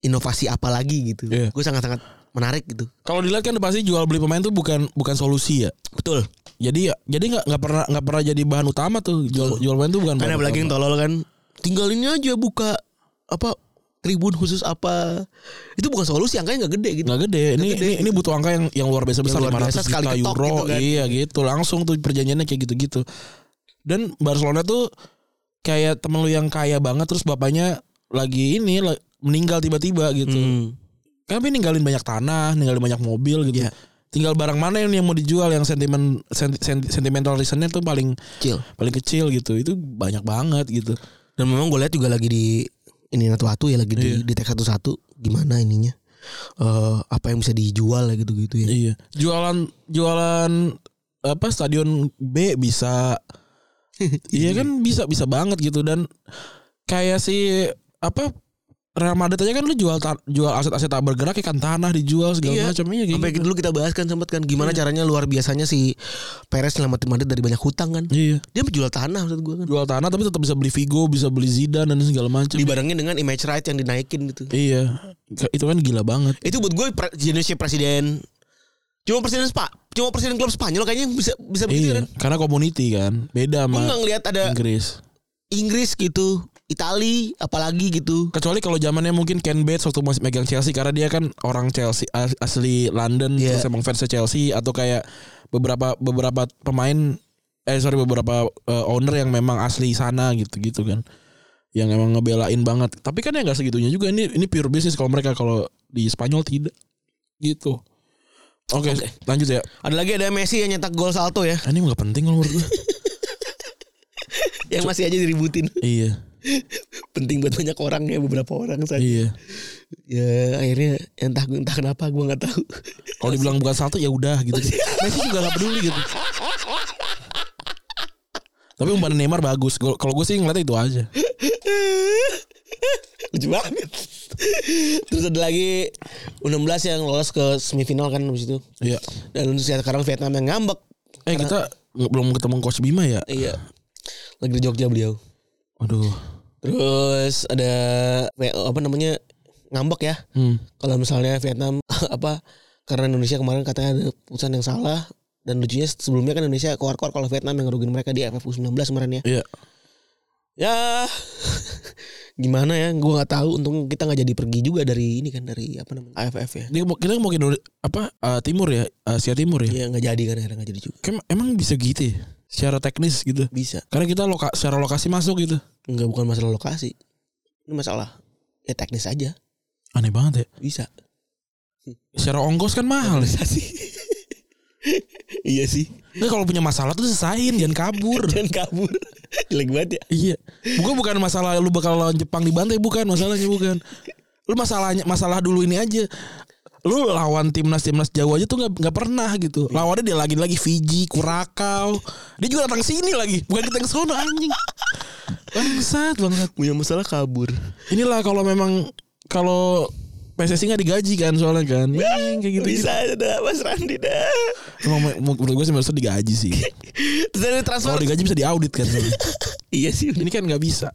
inovasi apa lagi gitu Iya. gue sangat-sangat menarik gitu Kalau dilihat kan pasti jual beli pemain tuh bukan bukan solusi ya. betul Jadi jadi nggak nggak pernah nggak pernah jadi bahan utama tuh jual jual pemain tuh bukan. karena bahan apalagi yang utama. tolol kan tinggalin aja buka apa tribun khusus apa itu bukan solusi angkanya nggak gede gitu nggak gede. Ini, Nggak gede. ini ini butuh angka yang yang luar biasa besar luar 500 biasa sekali juta ketok euro. gitu kan. Iya gitu. Langsung tuh perjanjiannya kayak gitu-gitu. Dan Barcelona tuh kayak temen lu yang kaya banget terus bapaknya lagi ini la- meninggal tiba-tiba gitu. Hmm. Kan tapi ninggalin banyak tanah, ninggalin banyak mobil gitu. Iya. Tinggal barang mana yang, yang mau dijual yang sentimen sen- sen- sentimental reasonnya tuh paling kecil paling kecil gitu itu banyak banget gitu Dan memang gue lihat juga lagi di ini satu satu ya lagi Iya. di di tag satu satu gimana ininya Eh apa yang bisa dijual ya gitu gitu ya. iya jualan jualan apa stadion B bisa iya kan bisa bisa banget gitu dan kayak si apa Real Madrid aja kan lu jual ta- jual aset-aset tak bergerak ikan tanah dijual segala Iya. macam iya kayak Sampai gitu. dulu kita bahas kan sempat kan gimana Iya. caranya luar biasanya si Perez nyelamatin Madrid dari banyak hutang kan. Iya. Dia menjual tanah maksud gue kan. Jual tanah tapi tetap bisa beli Vigo, bisa beli Zidane dan segala macam. Dibarengin dengan image right yang dinaikin gitu. Iya. Itu kan gila banget. Itu buat gue pre- jenisnya presiden cuma presiden Spa, cuma presiden klub Spanyol kayaknya bisa bisa begitu Iya, kan. karena community kan. Beda Gue sama nggak ngelihat ada Inggris. Inggris gitu, Itali apalagi gitu. kecuali kalau zamannya mungkin Ken Bates waktu masih megang Chelsea karena dia kan orang Chelsea as- asli London Iya. terus emang fansnya Chelsea atau kayak beberapa beberapa pemain eh sorry beberapa eh, owner yang memang asli sana gitu gitu kan yang emang ngebelain banget. Tapi kan ya nggak segitunya juga ini ini pure bisnis kalau mereka kalau di Spanyol tidak gitu. Oke, lanjut ya. Ada lagi ada Messi yang nyetak gol salto ya, Ah, Ini nggak penting kalau menurut gue. yang masih aja diributin. iya, Penting buat banyak orang ya beberapa orang saja. iya. Ya akhirnya entah entah kenapa gue nggak tahu. Kalau dibilang bukan satu ya udah gitu. Messi juga nggak peduli gitu. Tapi umpan Neymar bagus. Gua- Kalau gue sih ngeliatnya itu aja. Lucu banget. Terus ada lagi U16 yang lolos ke semifinal kan habis itu. Iya. Dan sekarang Vietnam yang ngambek. Eh kita nggak- belum ketemu Coach Bima ya? Iya. Lagi di Jogja beliau. Aduh. Terus ada W- apa namanya ngambek ya. Hmm. Kalau misalnya Vietnam apa karena Indonesia kemarin katanya ada putusan yang salah dan lucunya sebelumnya kan Indonesia keluar-keluar kalau Vietnam yang ngerugin mereka di AFF U19 kemarin ya. Iya. Ya gimana ya gua nggak tahu untung kita nggak jadi pergi juga dari ini kan dari apa namanya AFF ya. Dia mau kita mau ke Indo- apa eh, timur ya? Asia Timur ya? Iya nggak jadi kan akhirnya nggak jadi juga. Kem- emang bisa gitu ya? Secara teknis gitu. Bisa. Karena kita loka, secara lokasi masuk gitu. Enggak bukan masalah lokasi. Ini masalah ya teknis aja. Aneh banget ya. Bisa. Secara ongkos kan mahal ya. Bisa sih. iya sih. Nggak, kalau punya masalah tuh selesain jangan kabur. Jangan kabur. Jelek banget ya. iya. Bukan bukan masalah lu bakal lawan Jepang di bantai bukan masalahnya bukan. Lu masalahnya masalah dulu ini aja. Lu lawan timnas timnas Jawa aja tuh nggak nggak pernah gitu. Lawannya dia lagi lagi Fiji, Kurakau. Dia juga datang sini lagi. Bukan kita ke sono anjing. Bangsat, bangsat. Punya masalah kabur. Inilah kalau memang kalau PSSI nggak digaji kan soalnya kan. Ih, kayak gitu. Bisa ada Ah, Mas Randi dah. Emang me- menurut gue sih harusnya digaji sih. Terus dari transfer. Kalau digaji bisa diaudit kan. iya sih. Ini kan nggak bisa.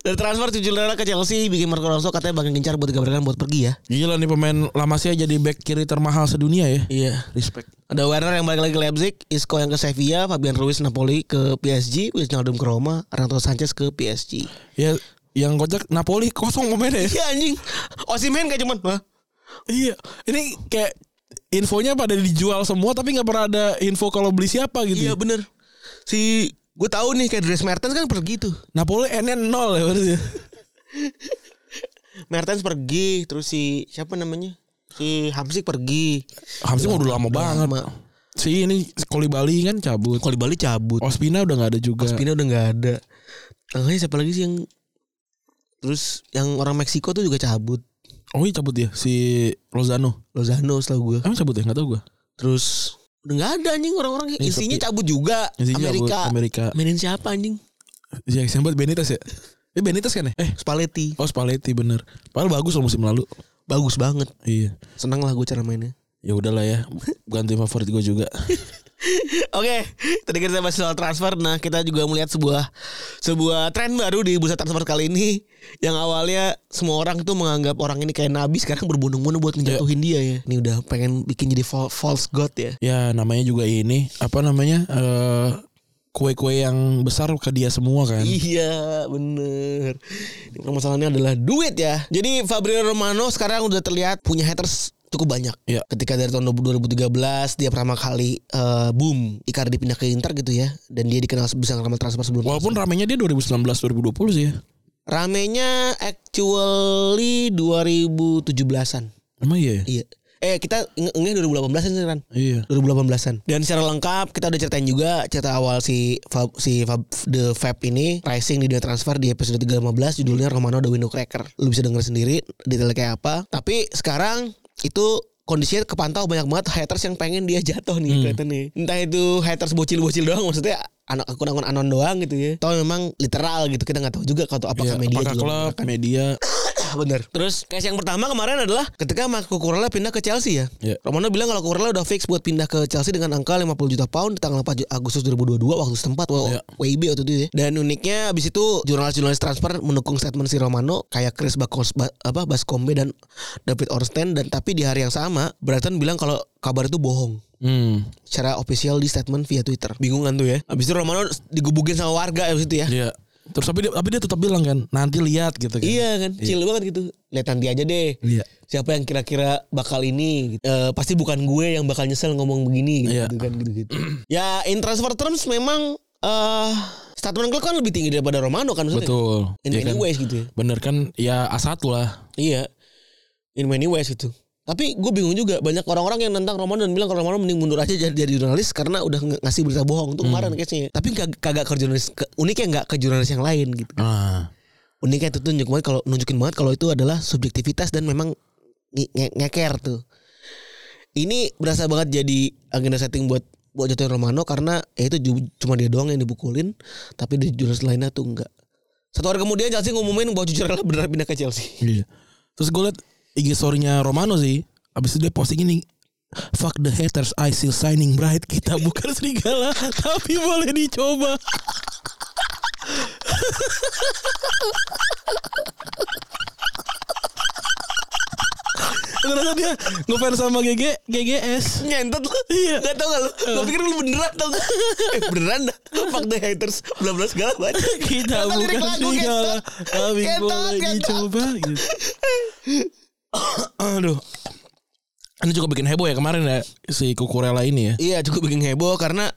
Dari transfer tujuh lira ke Chelsea bikin Marco Alonso katanya bakal gencar buat Gabriel buat pergi ya. Gila nih pemain lama sih jadi back kiri termahal sedunia ya. Iya. Respect. Ada Werner yang balik lagi ke Leipzig, Isco yang ke Sevilla, Fabian Ruiz Napoli ke PSG, Wijnaldum ke Roma, Renato Sanchez ke PSG. Ya yang kocak Napoli kosong pemainnya ya. Iya anjing. Osimhen kayak cuman, "Hah? Iya. Ini kayak infonya pada dijual semua tapi nggak pernah ada info kalau beli siapa gitu. ya. Iya bener Si Gue tahu nih kayak Dries Mertens kan pergi tuh Napoli NN 0 ya berarti. ya. Mertens pergi Terus si Siapa namanya Si Hamsik pergi Hamsik mau Iya. udah lama banget. lama. Si ini Koli Bali kan cabut. Kalau di Bali cabut Ospina udah nggak ada juga. Ospina udah gak ada Tengahnya siapa lagi sih yang Terus yang orang Meksiko tuh juga cabut Oh iya cabut ya si Lozano. Lozano setahu gue Emang cabut ya nggak tahu gue. Terus Udah gak ada anjing orang-orang Iya, Isinya tapi- cabut juga Amerika Amerika. Mainin siapa anjing Ya yang buat Benitez ya. Eh Benitez kan ya? Eh Spalletti Oh Spalletti bener. Padahal bagus loh musim lalu. Bagus banget Iya. Seneng lah gue cara mainnya Ya udahlah ya. Bukan tim favorit gue juga. Oke, tadi kita bahas soal transfer. Nah, kita juga melihat sebuah sebuah tren baru di bursa transfer kali ini yang awalnya semua orang tuh menganggap orang ini kayak nabi sekarang berbondong-bondong buat menjatuhin dia ya. Ini udah pengen bikin jadi fal- false god ya. Ya namanya juga ini apa namanya eh kue-kue yang besar ke dia semua kan. Iya, bener. Ini permasalahannya adalah duit ya. Jadi Fabrizio Romano sekarang udah terlihat punya haters cukup banyak. Iya. Ketika dari tahun 2013 dia pertama kali eh, boom Icardi pindah ke Inter gitu ya dan dia dikenal bisa ngelamat transfer sebelum Walaupun ramenya dia 2019 2020 sih ya. Ramenya actually 2017-an. Emang iya. ya? Iya. Eh kita eng- enggak 2018-an sih kan. Iya. 2018-an. Dan secara lengkap kita udah ceritain juga cerita awal si Fab, si Fab, The Fab ini rising di dunia transfer di episode 315 judulnya Romano the Window Cracker. Lu bisa denger sendiri detailnya kayak apa. Tapi sekarang itu kondisinya kepantau banyak banget haters yang pengen dia jatuh Hmm. nih kelihatan nih. Entah itu haters bocil-bocil doang maksudnya anak akun-akun anon doang gitu ya. Atau memang literal gitu kita nggak tahu juga kalau apakah Iya, media apakah juga klub, media. Bener. Terus case yang pertama kemarin adalah ketika Marco Kurella pindah ke Chelsea ya. Iya. Romano bilang kalau Kurella udah fix buat pindah ke Chelsea dengan angka 50 juta pound di tanggal 4 Ju- Agustus 2022 waktu setempat W- Iya. WIB waktu itu ya. Dan uniknya abis itu jurnalis-jurnalis transfer mendukung statement si Romano kayak Chris Bakos, ba, apa Baskombe dan David Ornstein dan tapi di hari yang sama Brighton bilang kalau kabar itu bohong Hmm. secara official di statement via Twitter. Bingung kan tuh ya. Abis itu Romano digebukin sama warga abis itu ya. Iya. Terus tapi dia, tapi dia tetap bilang kan nanti lihat gitu kan. Iya kan, chill banget gitu. Lihat nanti aja deh. Iya. siapa yang kira-kira bakal ini gitu. Eh, pasti bukan gue yang bakal nyesel ngomong begini gitu, Iya. kan gitu, gitu. ya in transfer terms memang eh Statman Klopp kan lebih tinggi daripada Romano kan maksudnya. Betul. In Ya many kan? ways gitu ya. Bener kan? Ya A1 lah. Iya. In many ways itu. Tapi gue bingung juga banyak orang-orang yang nentang Romano dan bilang kalau Romano mending mundur aja jadi, jadi jurnalis karena udah nge- ngasih berita Hmm. bohong tuh kemarin case-nya. Tapi kag- kagak ke jurnalis ke, uniknya nggak ke jurnalis yang lain gitu. Ah. Uniknya itu tuh nunjuk banget kalau nunjukin banget kalau itu adalah subjektivitas dan memang nge- nge- ngeker tuh. Ini berasa banget jadi agenda setting buat buat jatuhin Romano karena ya itu ju- cuma dia doang yang dibukulin tapi di jurnalis lainnya tuh enggak. Satu hari kemudian Chelsea ngumumin bahwa jujur rela beneran pindah ke Chelsea. Iya. Terus gue liat IG story-nya Romano sih. Abis itu dia posting ini. Fuck the haters, I still shining bright. Kita bukan serigala, tapi boleh dicoba. Ternyata dia ngefans sama GG, GGS. nyentet lu iya. Gak tau gak lu Gua pikir lu beneran tau gak Eh beneran dah Fuck the haters Bla bla segala macam Kita Ternyata lirik bukan lagu, serigala, Kentot. tapi Kentot, boleh Kentot. dicoba. Gitu. Aduh. Ini juga bikin heboh ya kemarin ya si Kukurela ini ya. Iya cukup bikin heboh karena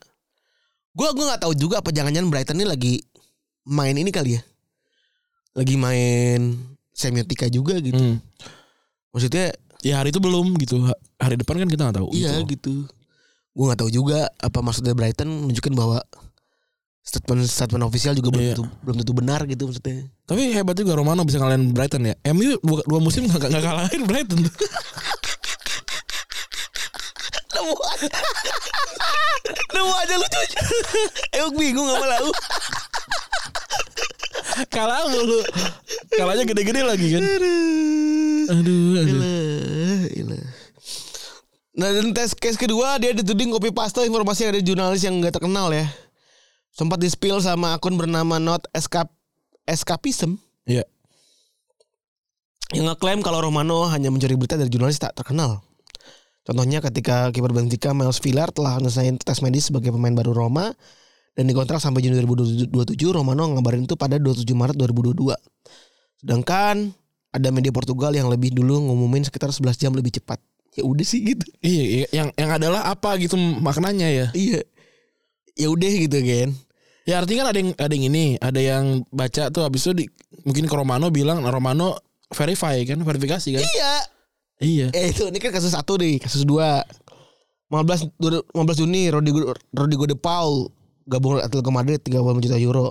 Gue gua gak tahu juga apa jangan-jangan Brighton ini lagi Main ini kali ya Lagi main Semiotika juga gitu Hmm. Maksudnya Ya hari itu belum gitu. Ha- Hari depan kan kita nggak tahu. Iya gitu. gitu. Gue nggak tahu juga apa maksudnya Brighton menunjukkan bahwa statement statement official juga belum Iya. tentu, belum tentu benar gitu maksudnya. Tapi hebat juga Romano bisa ngalahin Brighton ya. MU dua, dua musim nggak nggak kalahin Brighton. Nemu aja. Nemu aja lucu. Emang bingung sama lau. Kalah mulu. Kalahnya gede-gede lagi kan. Aduh, aduh. Nah dan tes case kedua dia dituding copy paste informasi yang ada di jurnalis yang nggak terkenal ya. Sempat di spill sama akun bernama Not Escap Escapism Iya. yang ngeklaim kalau Romano hanya mencuri berita dari jurnalis tak terkenal. Contohnya ketika kiper Benfica Miles Villar telah menyelesaikan tes medis sebagai pemain baru Roma dan dikontrak sampai Juni 2027, Romano ngabarin itu pada 27 Maret 2022. Sedangkan ada media Portugal yang lebih dulu ngumumin sekitar 11 jam lebih cepat. Ya udah sih gitu. Iya, iya, yang yang adalah apa gitu maknanya ya. Iya. Ya udah gitu kan. Ya artinya kan ada yang ada yang ini, ada yang baca tuh habis itu di, mungkin ke Romano bilang nah, Romano verify kan, verifikasi kan. Iya. Iya. Eh itu ini kan kasus satu nih, kasus dua. 15 du- 15 Juni Rodrigo Rodrigo De Paul gabung Atletico Madrid 30 juta euro.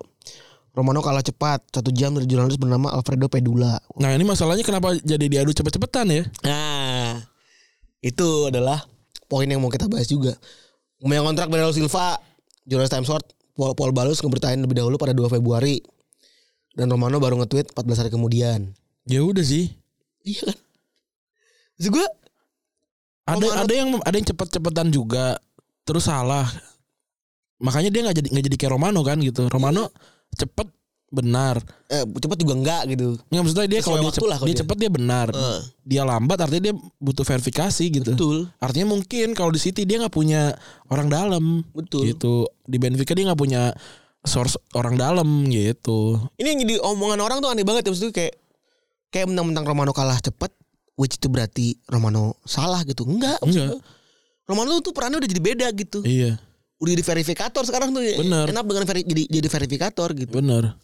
Romano kalah cepat satu jam dari jurnalis bernama Alfredo Pedula. Nah, ini masalahnya kenapa jadi diadu cepet-cepetan ya? Nah, itu adalah poin yang mau kita bahas juga. Yang kontrak Bernardo Silva, jurnalis Time Short, Paul, Paul Balus ngeberitain lebih dahulu pada 2 Februari. Dan Romano baru nge-tweet 14 hari kemudian. Ya udah sih. Iya kan? Maksud gue Ada Romano- ada yang ada yang cepet-cepetan juga terus salah. Makanya dia nggak jadi nggak jadi kayak Romano kan gitu. Romano Iya. cepet benar. eh, cepat juga enggak gitu. Nggak maksudnya dia Sesuai kalau dia, waktu cep- lah kalau dia, dia. cepet dia benar. Heeh. Dia lambat artinya dia butuh verifikasi gitu. Betul. Artinya mungkin kalau di City dia nggak punya orang dalam. Betul. Gitu. Di Benfica dia nggak punya source orang dalam gitu. Ini yang jadi omongan orang tuh aneh banget ya maksudnya kayak kayak mentang-mentang Romano kalah cepet which itu berarti Romano salah gitu. Enggak. maksud Enggak. gua. Romano tuh perannya udah jadi beda gitu. Iya, Udah jadi verifikator sekarang tuh. Bener. Enak dengan veri- jadi jadi verifikator gitu. benar.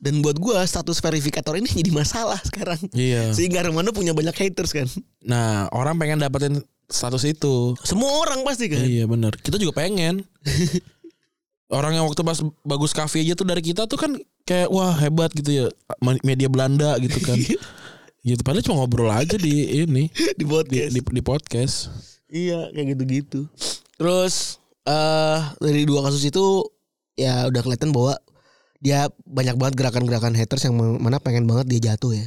Dan buat gua status verifikator ini jadi masalah sekarang. Iya. Sehingga Romano punya banyak haters kan. Nah, orang pengen dapetin status itu. Semua orang pasti kan. Iya, benar. Kita juga pengen. orang yang waktu pas bagus kafe aja tuh dari kita tuh kan kayak wah hebat gitu ya Ma- media Belanda gitu kan. gitu padahal cuma ngobrol aja di ini di podcast. di, di podcast. Iya kayak gitu-gitu. Terus eh dari dua kasus itu ya udah kelihatan bahwa dia banyak banget gerakan-gerakan haters yang mana pengen banget dia jatuh ya.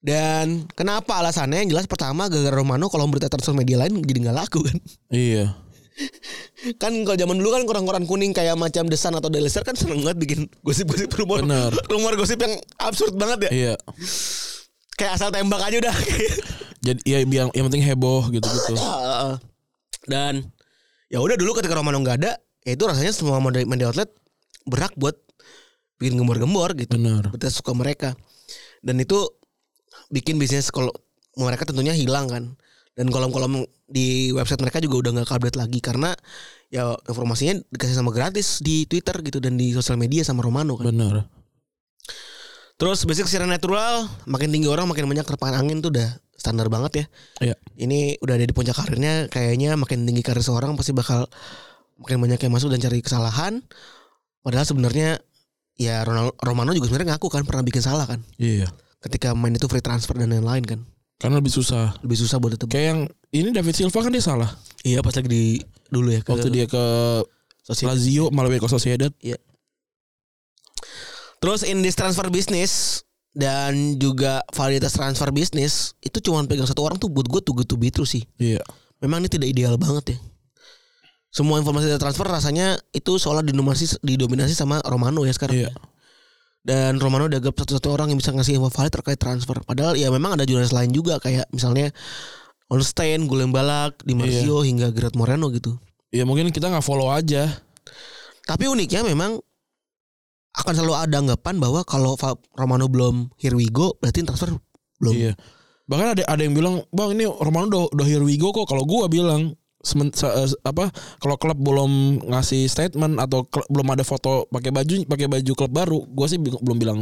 Dan kenapa alasannya yang jelas pertama gara-gara Romano kalau berita transfer media lain jadi nggak laku kan. Iya. Kan kalau zaman dulu kan koran-koran kuning kayak macam The Sun atau The Laser kan seneng banget bikin gosip-gosip rumor. Bener. Rumor gosip yang absurd banget ya. Iya. Kayak asal tembak aja udah. Jadi ya yang, yang penting heboh gitu-gitu. Heeh. dan ya udah dulu ketika Romano nggak ada ya itu rasanya semua media, media outlet berhak buat bikin gembor-gembor gitu Benar. betul suka mereka dan itu bikin bisnis kalau mereka tentunya hilang kan dan kolom-kolom di website mereka juga udah nggak update lagi karena ya informasinya dikasih sama gratis di Twitter gitu dan di sosial media sama Romano kan. Bener. Terus basic secara natural makin tinggi orang makin banyak terpakan angin tuh udah standar banget ya. Iya. Ini udah ada di puncak karirnya kayaknya makin tinggi karir seorang pasti bakal makin banyak yang masuk dan cari kesalahan. Padahal sebenarnya ya Ronal- Romano juga sebenarnya ngaku kan pernah bikin salah kan Iya. ketika main itu free transfer dan lain-lain kan Karena lebih susah. lebih susah buat ditebak. Kayak yang ini David Silva kan dia salah. Iya pas lagi di dulu ya ke Waktu dia ke sosial. Lazio malah ke Sociedad. Terus in this transfer business dan juga varietas transfer bisnis itu cuma pegang satu orang tuh buat gue tuh good to be true sih. Iya. Memang ini tidak ideal banget ya. Semua informasi dari transfer rasanya itu seolah didominasi didominasi sama Romano ya sekarang. Iya. Dan Romano dianggap satu-satu orang yang bisa ngasih info valid terkait transfer. Padahal ya memang ada jurnalis lain juga kayak misalnya Holstein, Gulembalak, Di Marzio hingga Gerard Moreno gitu. Ya mungkin kita nggak follow aja. Tapi uniknya memang akan selalu ada anggapan bahwa kalau Fa- Romano belum here we go berarti transfer belum. Iya. Bahkan ada ada yang bilang, "Bang, ini Romano udah, udah here we go kok." Kalau gua bilang semen- se- eh, apa kalau klub belum ngasih statement atau klub- belum ada foto pakai baju pakai baju klub baru, gua sih bi- belum bilang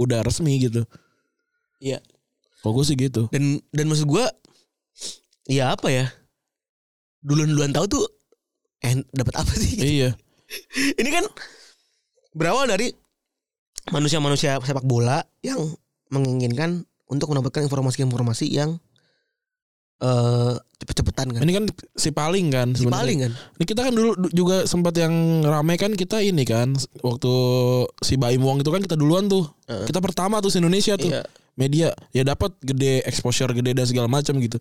udah resmi gitu. Iya. Kalau gua sih gitu. Dan dan maksud gua ya apa ya? Duluan-duluan tahu tuh eh dapat apa sih? iya. Ini kan berawal dari manusia-manusia sepak bola yang menginginkan untuk mendapatkan informasi-informasi yang eh cepet-cepetan kan. Ini kan si paling kan Si sebenarnya. paling kan. Ini kita kan dulu du- juga sempat yang rame kan kita ini kan s- waktu si Baim Wong itu kan kita duluan tuh. Heeh. Kita pertama tuh di Indonesia tuh. Iya. Media ya dapat gede exposure gede dan segala macam gitu.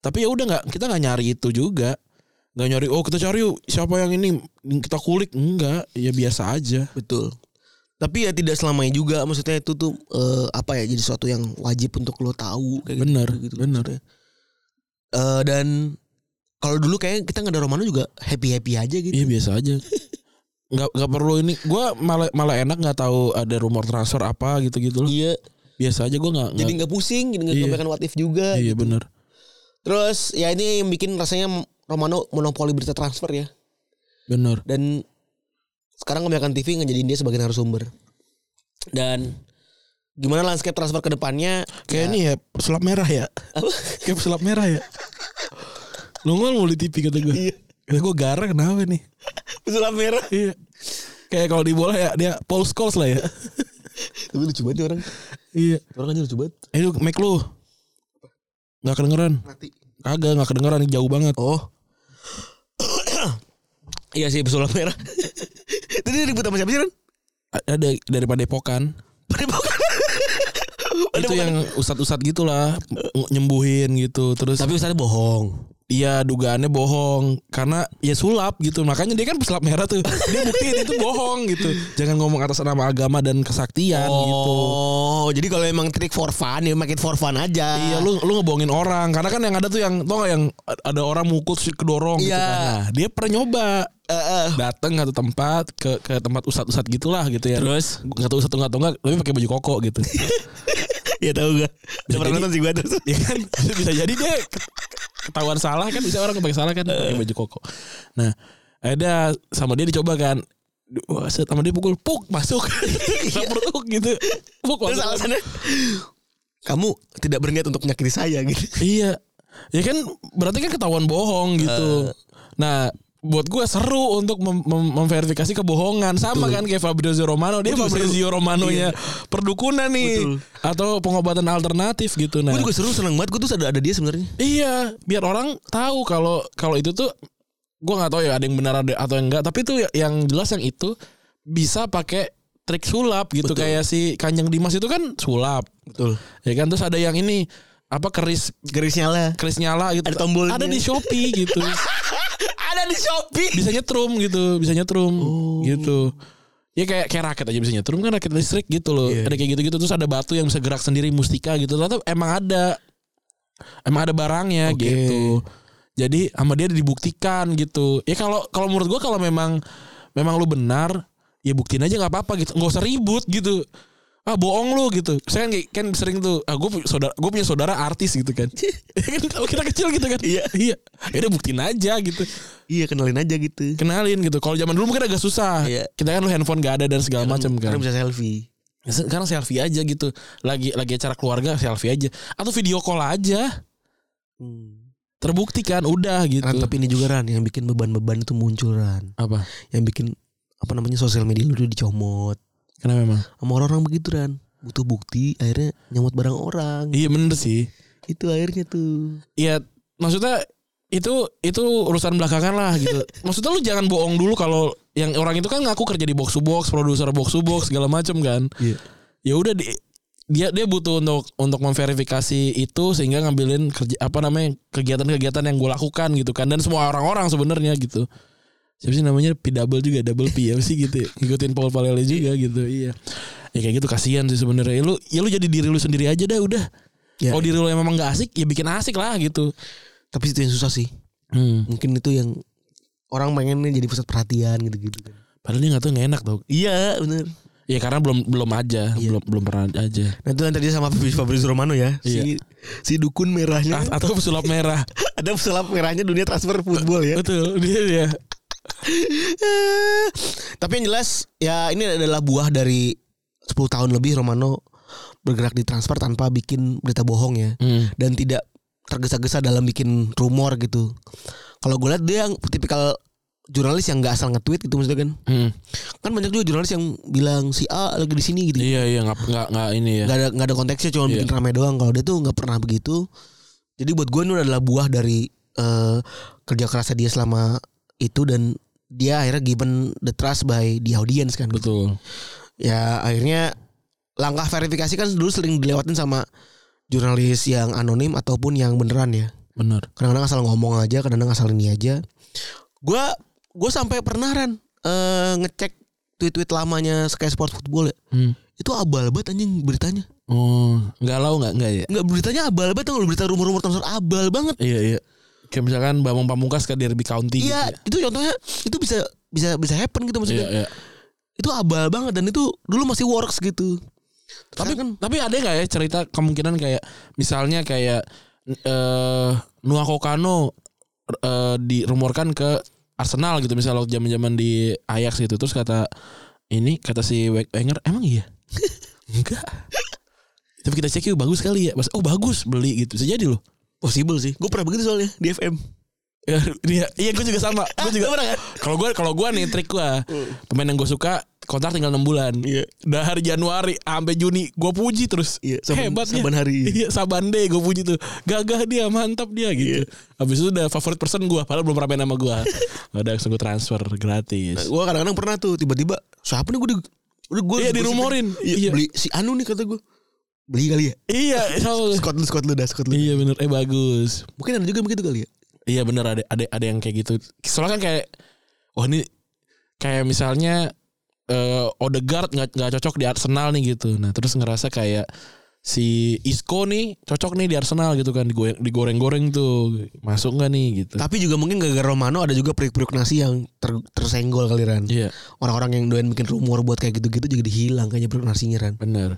Tapi ya udah nggak kita nggak nyari itu juga. Nggak nyari oh kita cari yuk, siapa yang ini kita kulik enggak ya biasa aja. Betul. Tapi ya tidak selamanya juga maksudnya itu tuh eh, apa ya jadi sesuatu yang wajib untuk lo tahu kayak gitu. Bener, gitu bener. maksudnya. Eh, dan kalau dulu kayak kita nggak ada Romano juga happy happy aja gitu. Iya biasa aja. Nggak nggak perlu ini. Gua malah malah enak nggak tahu ada rumor transfer apa gitu-gitu loh. Iya. Biasa aja gua nggak Jadi nggak- nggak pusing, jadi nggak Iya. kebanyakan what if juga. Iya bener Terus ya ini yang bikin rasanya Romano monopoli berita transfer ya. bener. Dan sekarang kebanyakan TV ngejadiin dia sebagai narasumber. Dan gimana landscape transfer ke depannya? Kayak ini ya pesulap merah ya. Kayak pesulap merah ya. Nongol mau di TV kata gue. Kata gue gara kenapa nih? Pesulap merah. Iya. Kayak kalau di bola ya dia Paul Scholes lah ya. Tapi lucu banget nih orang. iya. Orang aja lucu banget. Eh lu mic lu. Gak kedengeran. Kagak gak kedengeran jauh banget. Oh. iya sih pesulap merah. Tadi ribut sama siapa sih kan? A- Ada Eh, dari Padepokan. Pada bukan. Itu yang ustad-ustad gitulah ng- nyembuhin gitu. Terus Tapi Ustaznya bohong. Iya dugaannya bohong karena ya sulap gitu makanya dia kan pesulap merah tuh dia buktiin itu bohong gitu jangan ngomong atas nama agama dan kesaktian gitu Oh, jadi kalau emang trik for fun ya makin for fun aja. Iya lu lu ngebohongin orang karena kan yang ada tuh yang tau gak yang ada orang mukul terus kedorong gitu Iya. kan. Nah, dia pernah nyoba datang satu tempat ke ke tempat ustad-ustad gitulah gitu ya. Terus? nggak tahu ustad nggak tahu nggak tapi pakai baju koko gitu. ya tahu gak? Udah pernah jadi- nonton sih gue terus. ya kan bisa jadi dia ketahuan salah kan bisa orang pakai salah kan pakai baju koko. Nah, ada sama dia dicoba kan. Wah, set, sama dia pukul puk masuk. Iya. perut gitu. Puk Terus masuk. alasannya kamu tidak berniat untuk menyakiti saya gitu. Iya. Ya kan berarti kan ketahuan bohong gitu. Nah, buat gue seru untuk mem- mem- memverifikasi kebohongan sama kan kayak Fabrizio Romano dia Fabrizio Romanonya perdukunan nih atau pengobatan alternatif gitu nah Gue juga seru seneng banget. Gue tuh ada ada dia sebenarnya. iya biar orang tahu kalau kalau itu tuh gue nggak tahu ya ada yang benar ada atau yang enggak tapi tuh ya- yang jelas yang itu bisa pakai trik sulap gitu kayak si Kanjeng Dimas itu kan sulap Betul. ya kan terus ada yang ini apa keris Garisnya lah. keris nyala gitu. Ada tombolnya. Ada di Shopee gitu. Ada di Shopee. Bisa nyetrum gitu, bisa nyetrum gitu. Ya kayak kayak raket aja bisa nyetrum kan raket listrik gitu loh. Ada kayak gitu-gitu terus ada batu yang bisa gerak sendiri mustika gitu. Ternyata emang ada emang ada barangnya gitu. Jadi sama dia dibuktikan gitu. Ya kalau kalau menurut gua kalau memang memang lu benar ya buktiin aja nggak apa-apa gitu. Nggak usah ribut gitu. ah bohong lu gitu saya kan kayak- kan sering tuh ah gue saudara gue punya saudara artis gitu kan Kan kalau kita kecil gitu kan iya iya ya udah buktiin aja gitu Iya kenalin aja gitu. kenalin gitu kalau zaman dulu mungkin agak susah Iya. kita kan lu handphone gak ada dan segala macam kan Karena bisa selfie. Ya, sekarang selfie aja gitu lagi lagi acara keluarga selfie aja atau video call aja Hmm. terbukti kan udah gitu Ran, tapi ini juga Ran yang bikin beban-beban itu muncul Ran. apa Yang bikin apa namanya sosial media lu tuh dicomot. kenapa emang Sama orang-orang begitu Ran. Butuh bukti akhirnya nyomot barang orang. iya bener sih Itu akhirnya tuh. Iya maksudnya itu itu urusan belakangan lah gitu. maksudnya lu jangan bohong dulu kalau yang orang itu kan ngaku kerja di box to box, produser box to box segala macem kan. Iya. Ya udah di- dia dia butuh untuk untuk memverifikasi itu sehingga ngambilin kerja apa namanya kegiatan-kegiatan yang gue lakukan gitu kan dan semua orang-orang sebenarnya gitu. Siapa sih namanya P double juga double P ya sih gitu ya. ngikutin Paul Palele juga gitu iya ya kayak gitu kasihan sih sebenarnya ya lu ya lu jadi diri lu sendiri aja dah udah Ya. kalau diri lu yang memang gak asik ya bikin asik lah gitu Tapi itu yang susah sih. Hmm. Mungkin itu yang orang pengen jadi pusat perhatian gitu-gitu kan. Padahal dia nggak tahu nggak enak tau. Iya bener Ya Iya. karena belum belum aja, belum belum pernah aja. Nah itu kan tadi sama Fabri- Fabrizio Romano ya Si si dukun merahnya A- atau pesulap merah. Ada pesulap merahnya dunia transfer football ya Betul dia dia. Eh, Tapi yang jelas ya ini adalah buah dari 10 tahun lebih Romano bergerak di transfer tanpa bikin berita bohong ya Hmm, dan tidak tergesa-gesa dalam bikin rumor gitu. Kalau gue lihat dia yang tipikal jurnalis yang nggak asal nge-tweet gitu maksudnya kan. Hmm. Kan banyak juga jurnalis yang bilang si A lagi di sini gitu. Iya iya nggak nggak nggak ini ya. Gak ada nggak ada konteksnya cuma Iya. bikin rame doang. Kalau dia tuh nggak pernah begitu. Jadi buat gue ini adalah buah dari eh, kerja kerasnya dia selama itu dan dia akhirnya given the trust by the audience kan. Betul. Ya akhirnya langkah verifikasi kan dulu sering dilewatin sama jurnalis yang anonim ataupun yang beneran ya. Benar. Kadang-kadang asal ngomong aja, kadang-kadang asal ini aja. Gue gue sampai pernah Ran eh, ngecek tweet-tweet lamanya Sky Sport Football ya. Hmm. Itu abal banget anjing beritanya. Oh galau nggak nggak ya? Enggak beritanya abal banget tau nggak lu berita rumor-rumor transfer abal banget. Iya iya. Kayak misalkan Bambang Pamungkas ke Derby County. Iya, Gitu. itu contohnya itu bisa bisa bisa happen ya. gitu Iya maksudnya. iya. Itu abal banget dan itu dulu masih works gitu. Tapi Tapi kan tapi ada nggak ya cerita kemungkinan kayak misalnya kayak eh Nuah Kokano eh, dirumorkan ke Arsenal gitu misalnya waktu zaman-zaman di Ajax gitu terus kata ini kata si Wenger emang iya enggak tapi kita cek yuk bagus kali ya Mas, oh bagus beli gitu bisa jadi loh possible sih. Gue pernah begitu soalnya di FM. Ya, iya, iya gue juga sama. Ah, Gue juga. kan? Kalau gue kalau gue nih trik gue pemain yang gue suka kontrak tinggal 6 bulan. Iya. Dari Januari sampai Juni gue puji terus. Iya, Saban- Hebat dia. Saban hari. Iya, Sabande gue puji tuh. Gagah dia, mantap dia Iya. gitu. Habis itu udah favorit person gue, padahal belum pernah main sama gue. Ada langsung gue transfer gratis. Gue kadang-kadang pernah tuh tiba-tiba siapa nih gue di udah gue Iya, dirumorin. Iya, Iya. beli si Anu nih kata gue. Beli kali ya. iya, sama. Scott lu, Scott lu dah, Scott lu. Iya bener, eh bagus. Mungkin ada juga yang begitu kali ya. Iya bener ada ada ada yang kayak gitu. Soalnya kan kayak wah ini kayak misalnya eh Odegaard nggak nggak cocok di Arsenal nih gitu. Nah terus ngerasa kayak si Isco nih cocok nih di Arsenal gitu kan digoreng digoreng-goreng tuh masuk nggak nih gitu. Tapi juga mungkin gara-gara Romano ada juga periuk-periuk nasi yang ter- tersenggol kali Ran. Iya Orang-orang yang doyan bikin rumor buat kayak gitu-gitu juga dihilang kayaknya periuk nasinya Ran. bener.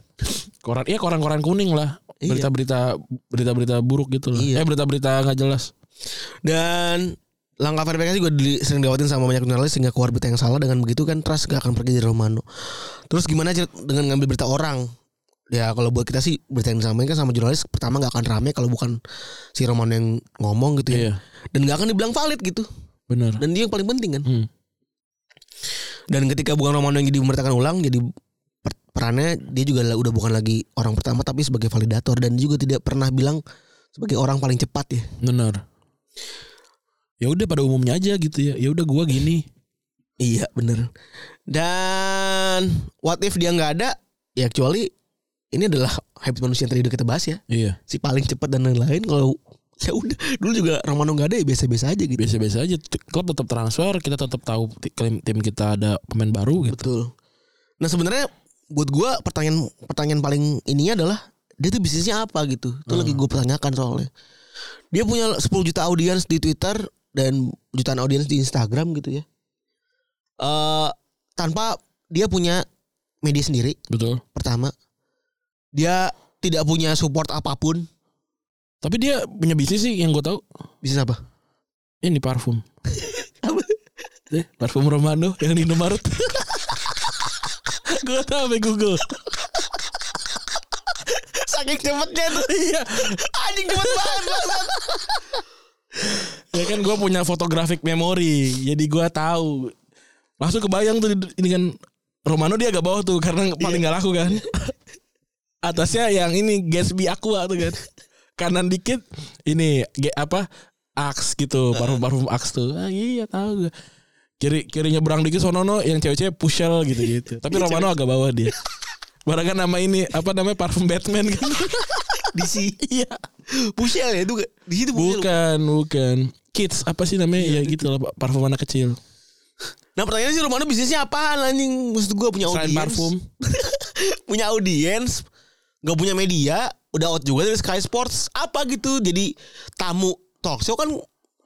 Koran iya koran-koran kuning lah. Iya. Berita-berita berita-berita buruk gitu lah. Eh Iya. berita-berita nggak jelas. Dan langkah verifikasi gue di, sering diawatin sama banyak jurnalis sehingga keluar berita yang salah dengan begitu kan trust gak akan pergi dari Romano. Terus gimana aja dengan ngambil berita orang? Ya kalau buat kita sih berita yang disamain kan sama jurnalis pertama gak akan rame kalau bukan si Romano yang ngomong gitu ya. Iya Dan gak akan dibilang valid gitu. bener. Dan dia yang paling penting kan. Hmm. Dan ketika bukan Romano yang jadi memberitakan ulang jadi per- perannya dia juga la- udah bukan lagi orang pertama tapi sebagai validator dan juga tidak pernah bilang sebagai orang paling cepat ya. Bener. Ya udah pada umumnya aja gitu ya. Ya udah gua gini. Iya bener Dan What if dia nggak ada Ya kecuali Ini adalah habit manusia yang tadi udah kita bahas ya Iya. Si paling cepat dan lain-lain Kalau ya udah Dulu juga Romano nggak ada ya biasa-biasa aja gitu biasa-biasa aja T- klub tetap transfer kita tetap tahu ti- tim tim kita ada pemain baru gitu Betul Nah sebenarnya Buat gua pertanyaan Pertanyaan paling ininya adalah Dia tuh bisnisnya apa gitu Itu lagi gue pertanyakan soalnya Dia punya 10 juta audiens di Twitter Dan jutaan audiens di Instagram gitu ya eh Tanpa Dia punya Media sendiri betul pertama Dia tidak punya support apapun. Tapi dia punya bisnis sih yang gue tahu. Bisnis apa? Ini parfum. Eh, parfum Romano yang di Indomaret. gue tahu sampai Google. Saking cepetnya tuh. Iya. Anjing cepet banget. bangsat. Ya kan gue punya photographic memory. Jadi gue tahu. Langsung kebayang tuh di- ini kan Romano dia agak bawah tuh karena Iya. paling gak laku kan. Atasnya yang ini Gatsby Aqua tuh kan. Kanan dikit ini ge- apa Axe gitu, parfum-parfum Axe tuh. Ah, iya tahu gue. Kiri kiri nyebrang dikit sonono yang cewek-cewek pushel gitu gitu. Tapi Romano Iya, agak bawah dia. Barangan nama ini apa namanya parfum Batman kan. Di si Iya. Pushel ya itu nggak- di situ Pushel. Bukan, bukan. Kids apa sih namanya? Iya, ya gitu lah Pak. parfum anak kecil. Nah pertanyaannya si Romano bisnisnya apaan anjing? Maksud gue punya Selain audiens. parfum. punya audiens. Gak punya media. Udah out juga dari Sky Sports. Apa gitu. Jadi tamu talk show kan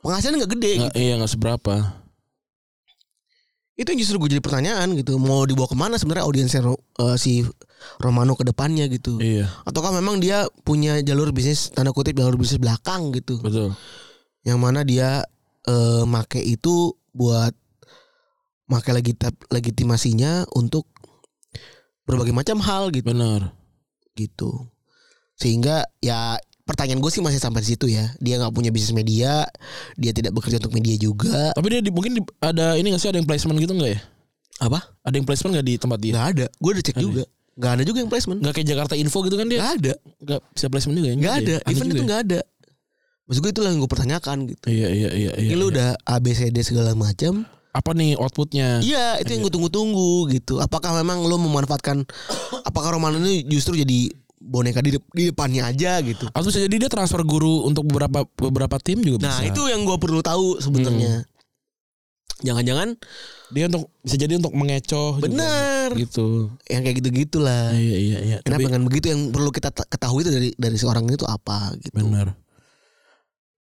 penghasilannya gak gede. gitu. Nggak, iya nggak seberapa. Itu yang justru gue jadi pertanyaan gitu. Mau dibawa kemana sebenarnya audiensnya Ro- eh, si Romano ke depannya gitu. Iya, Ataukah memang dia punya jalur bisnis tanda kutip jalur bisnis belakang gitu. betul. Yang mana dia eh make itu buat make legitip, legitimasinya untuk berbagai macam hal gitu Benar. gitu. Sehingga ya pertanyaan gue sih masih sampai di situ ya. Dia nggak punya bisnis media, dia tidak bekerja untuk media juga. Tapi dia di, mungkin di- ada ini nggak sih ada yang placement gitu nggak ya? Apa? Ada yang placement nggak di tempat dia? Nggak ada. Gue udah cek Ada. ya? juga. Nggak ada juga yang placement. Nggak kayak Jakarta Info gitu kan dia? Nggak ada. Nggak bisa placement juga ya? Nggak ada. ya? Aneh Event juga itu ya? nggak ada. Maksud gue itu yang gue pertanyakan gitu. Iya iya iya iya. Ini iya. lu udah ABCD segala macam. apa nih outputnya? Iya, itu yang gue tunggu-tunggu gitu. Apakah memang lu memanfaatkan apakah Romano ini justru jadi boneka di, dep- di depannya aja gitu. Atau bisa jadi dia transfer guru untuk beberapa beberapa tim juga Nah, bisa. itu yang gue perlu tahu sebenarnya. Jangan-jangan dia untuk bisa jadi untuk mengecoh juga. benar gitu. yang kayak gitu-gitulah. Iya iya iya. Kenapa Tapi- dengan begitu yang perlu kita ta- ketahui itu dari dari seorang itu apa gitu. Benar.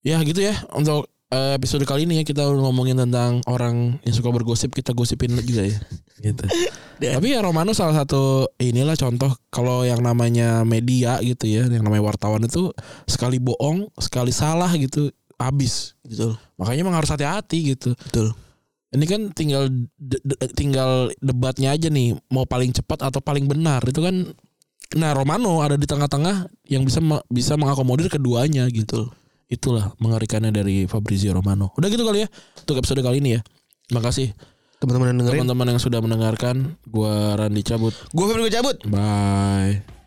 Ya gitu ya untuk eh, episode kali ini ya kita udah ngomongin tentang orang yang suka bergosip kita gosipin juga ya. gitu. Tapi ya Romano salah satu inilah contoh kalau yang namanya media gitu ya, yang namanya wartawan itu sekali bohong, sekali salah gitu habis. gitu. Betul. Makanya emang harus hati-hati gitu. Betul. Ini kan tinggal de- de- tinggal debatnya aja nih, mau paling cepat atau paling benar itu kan. Nah Romano ada di tengah-tengah yang bisa me- bisa mengakomodir keduanya gitu. Itulah mengerikannya dari Fabrizio Romano. Udah gitu kali ya untuk episode kali ini ya. Makasih Teman-teman yang dengerin, teman-teman yang sudah mendengarkan. Gua Randi cabut. gue Febri gue cabut. Bye.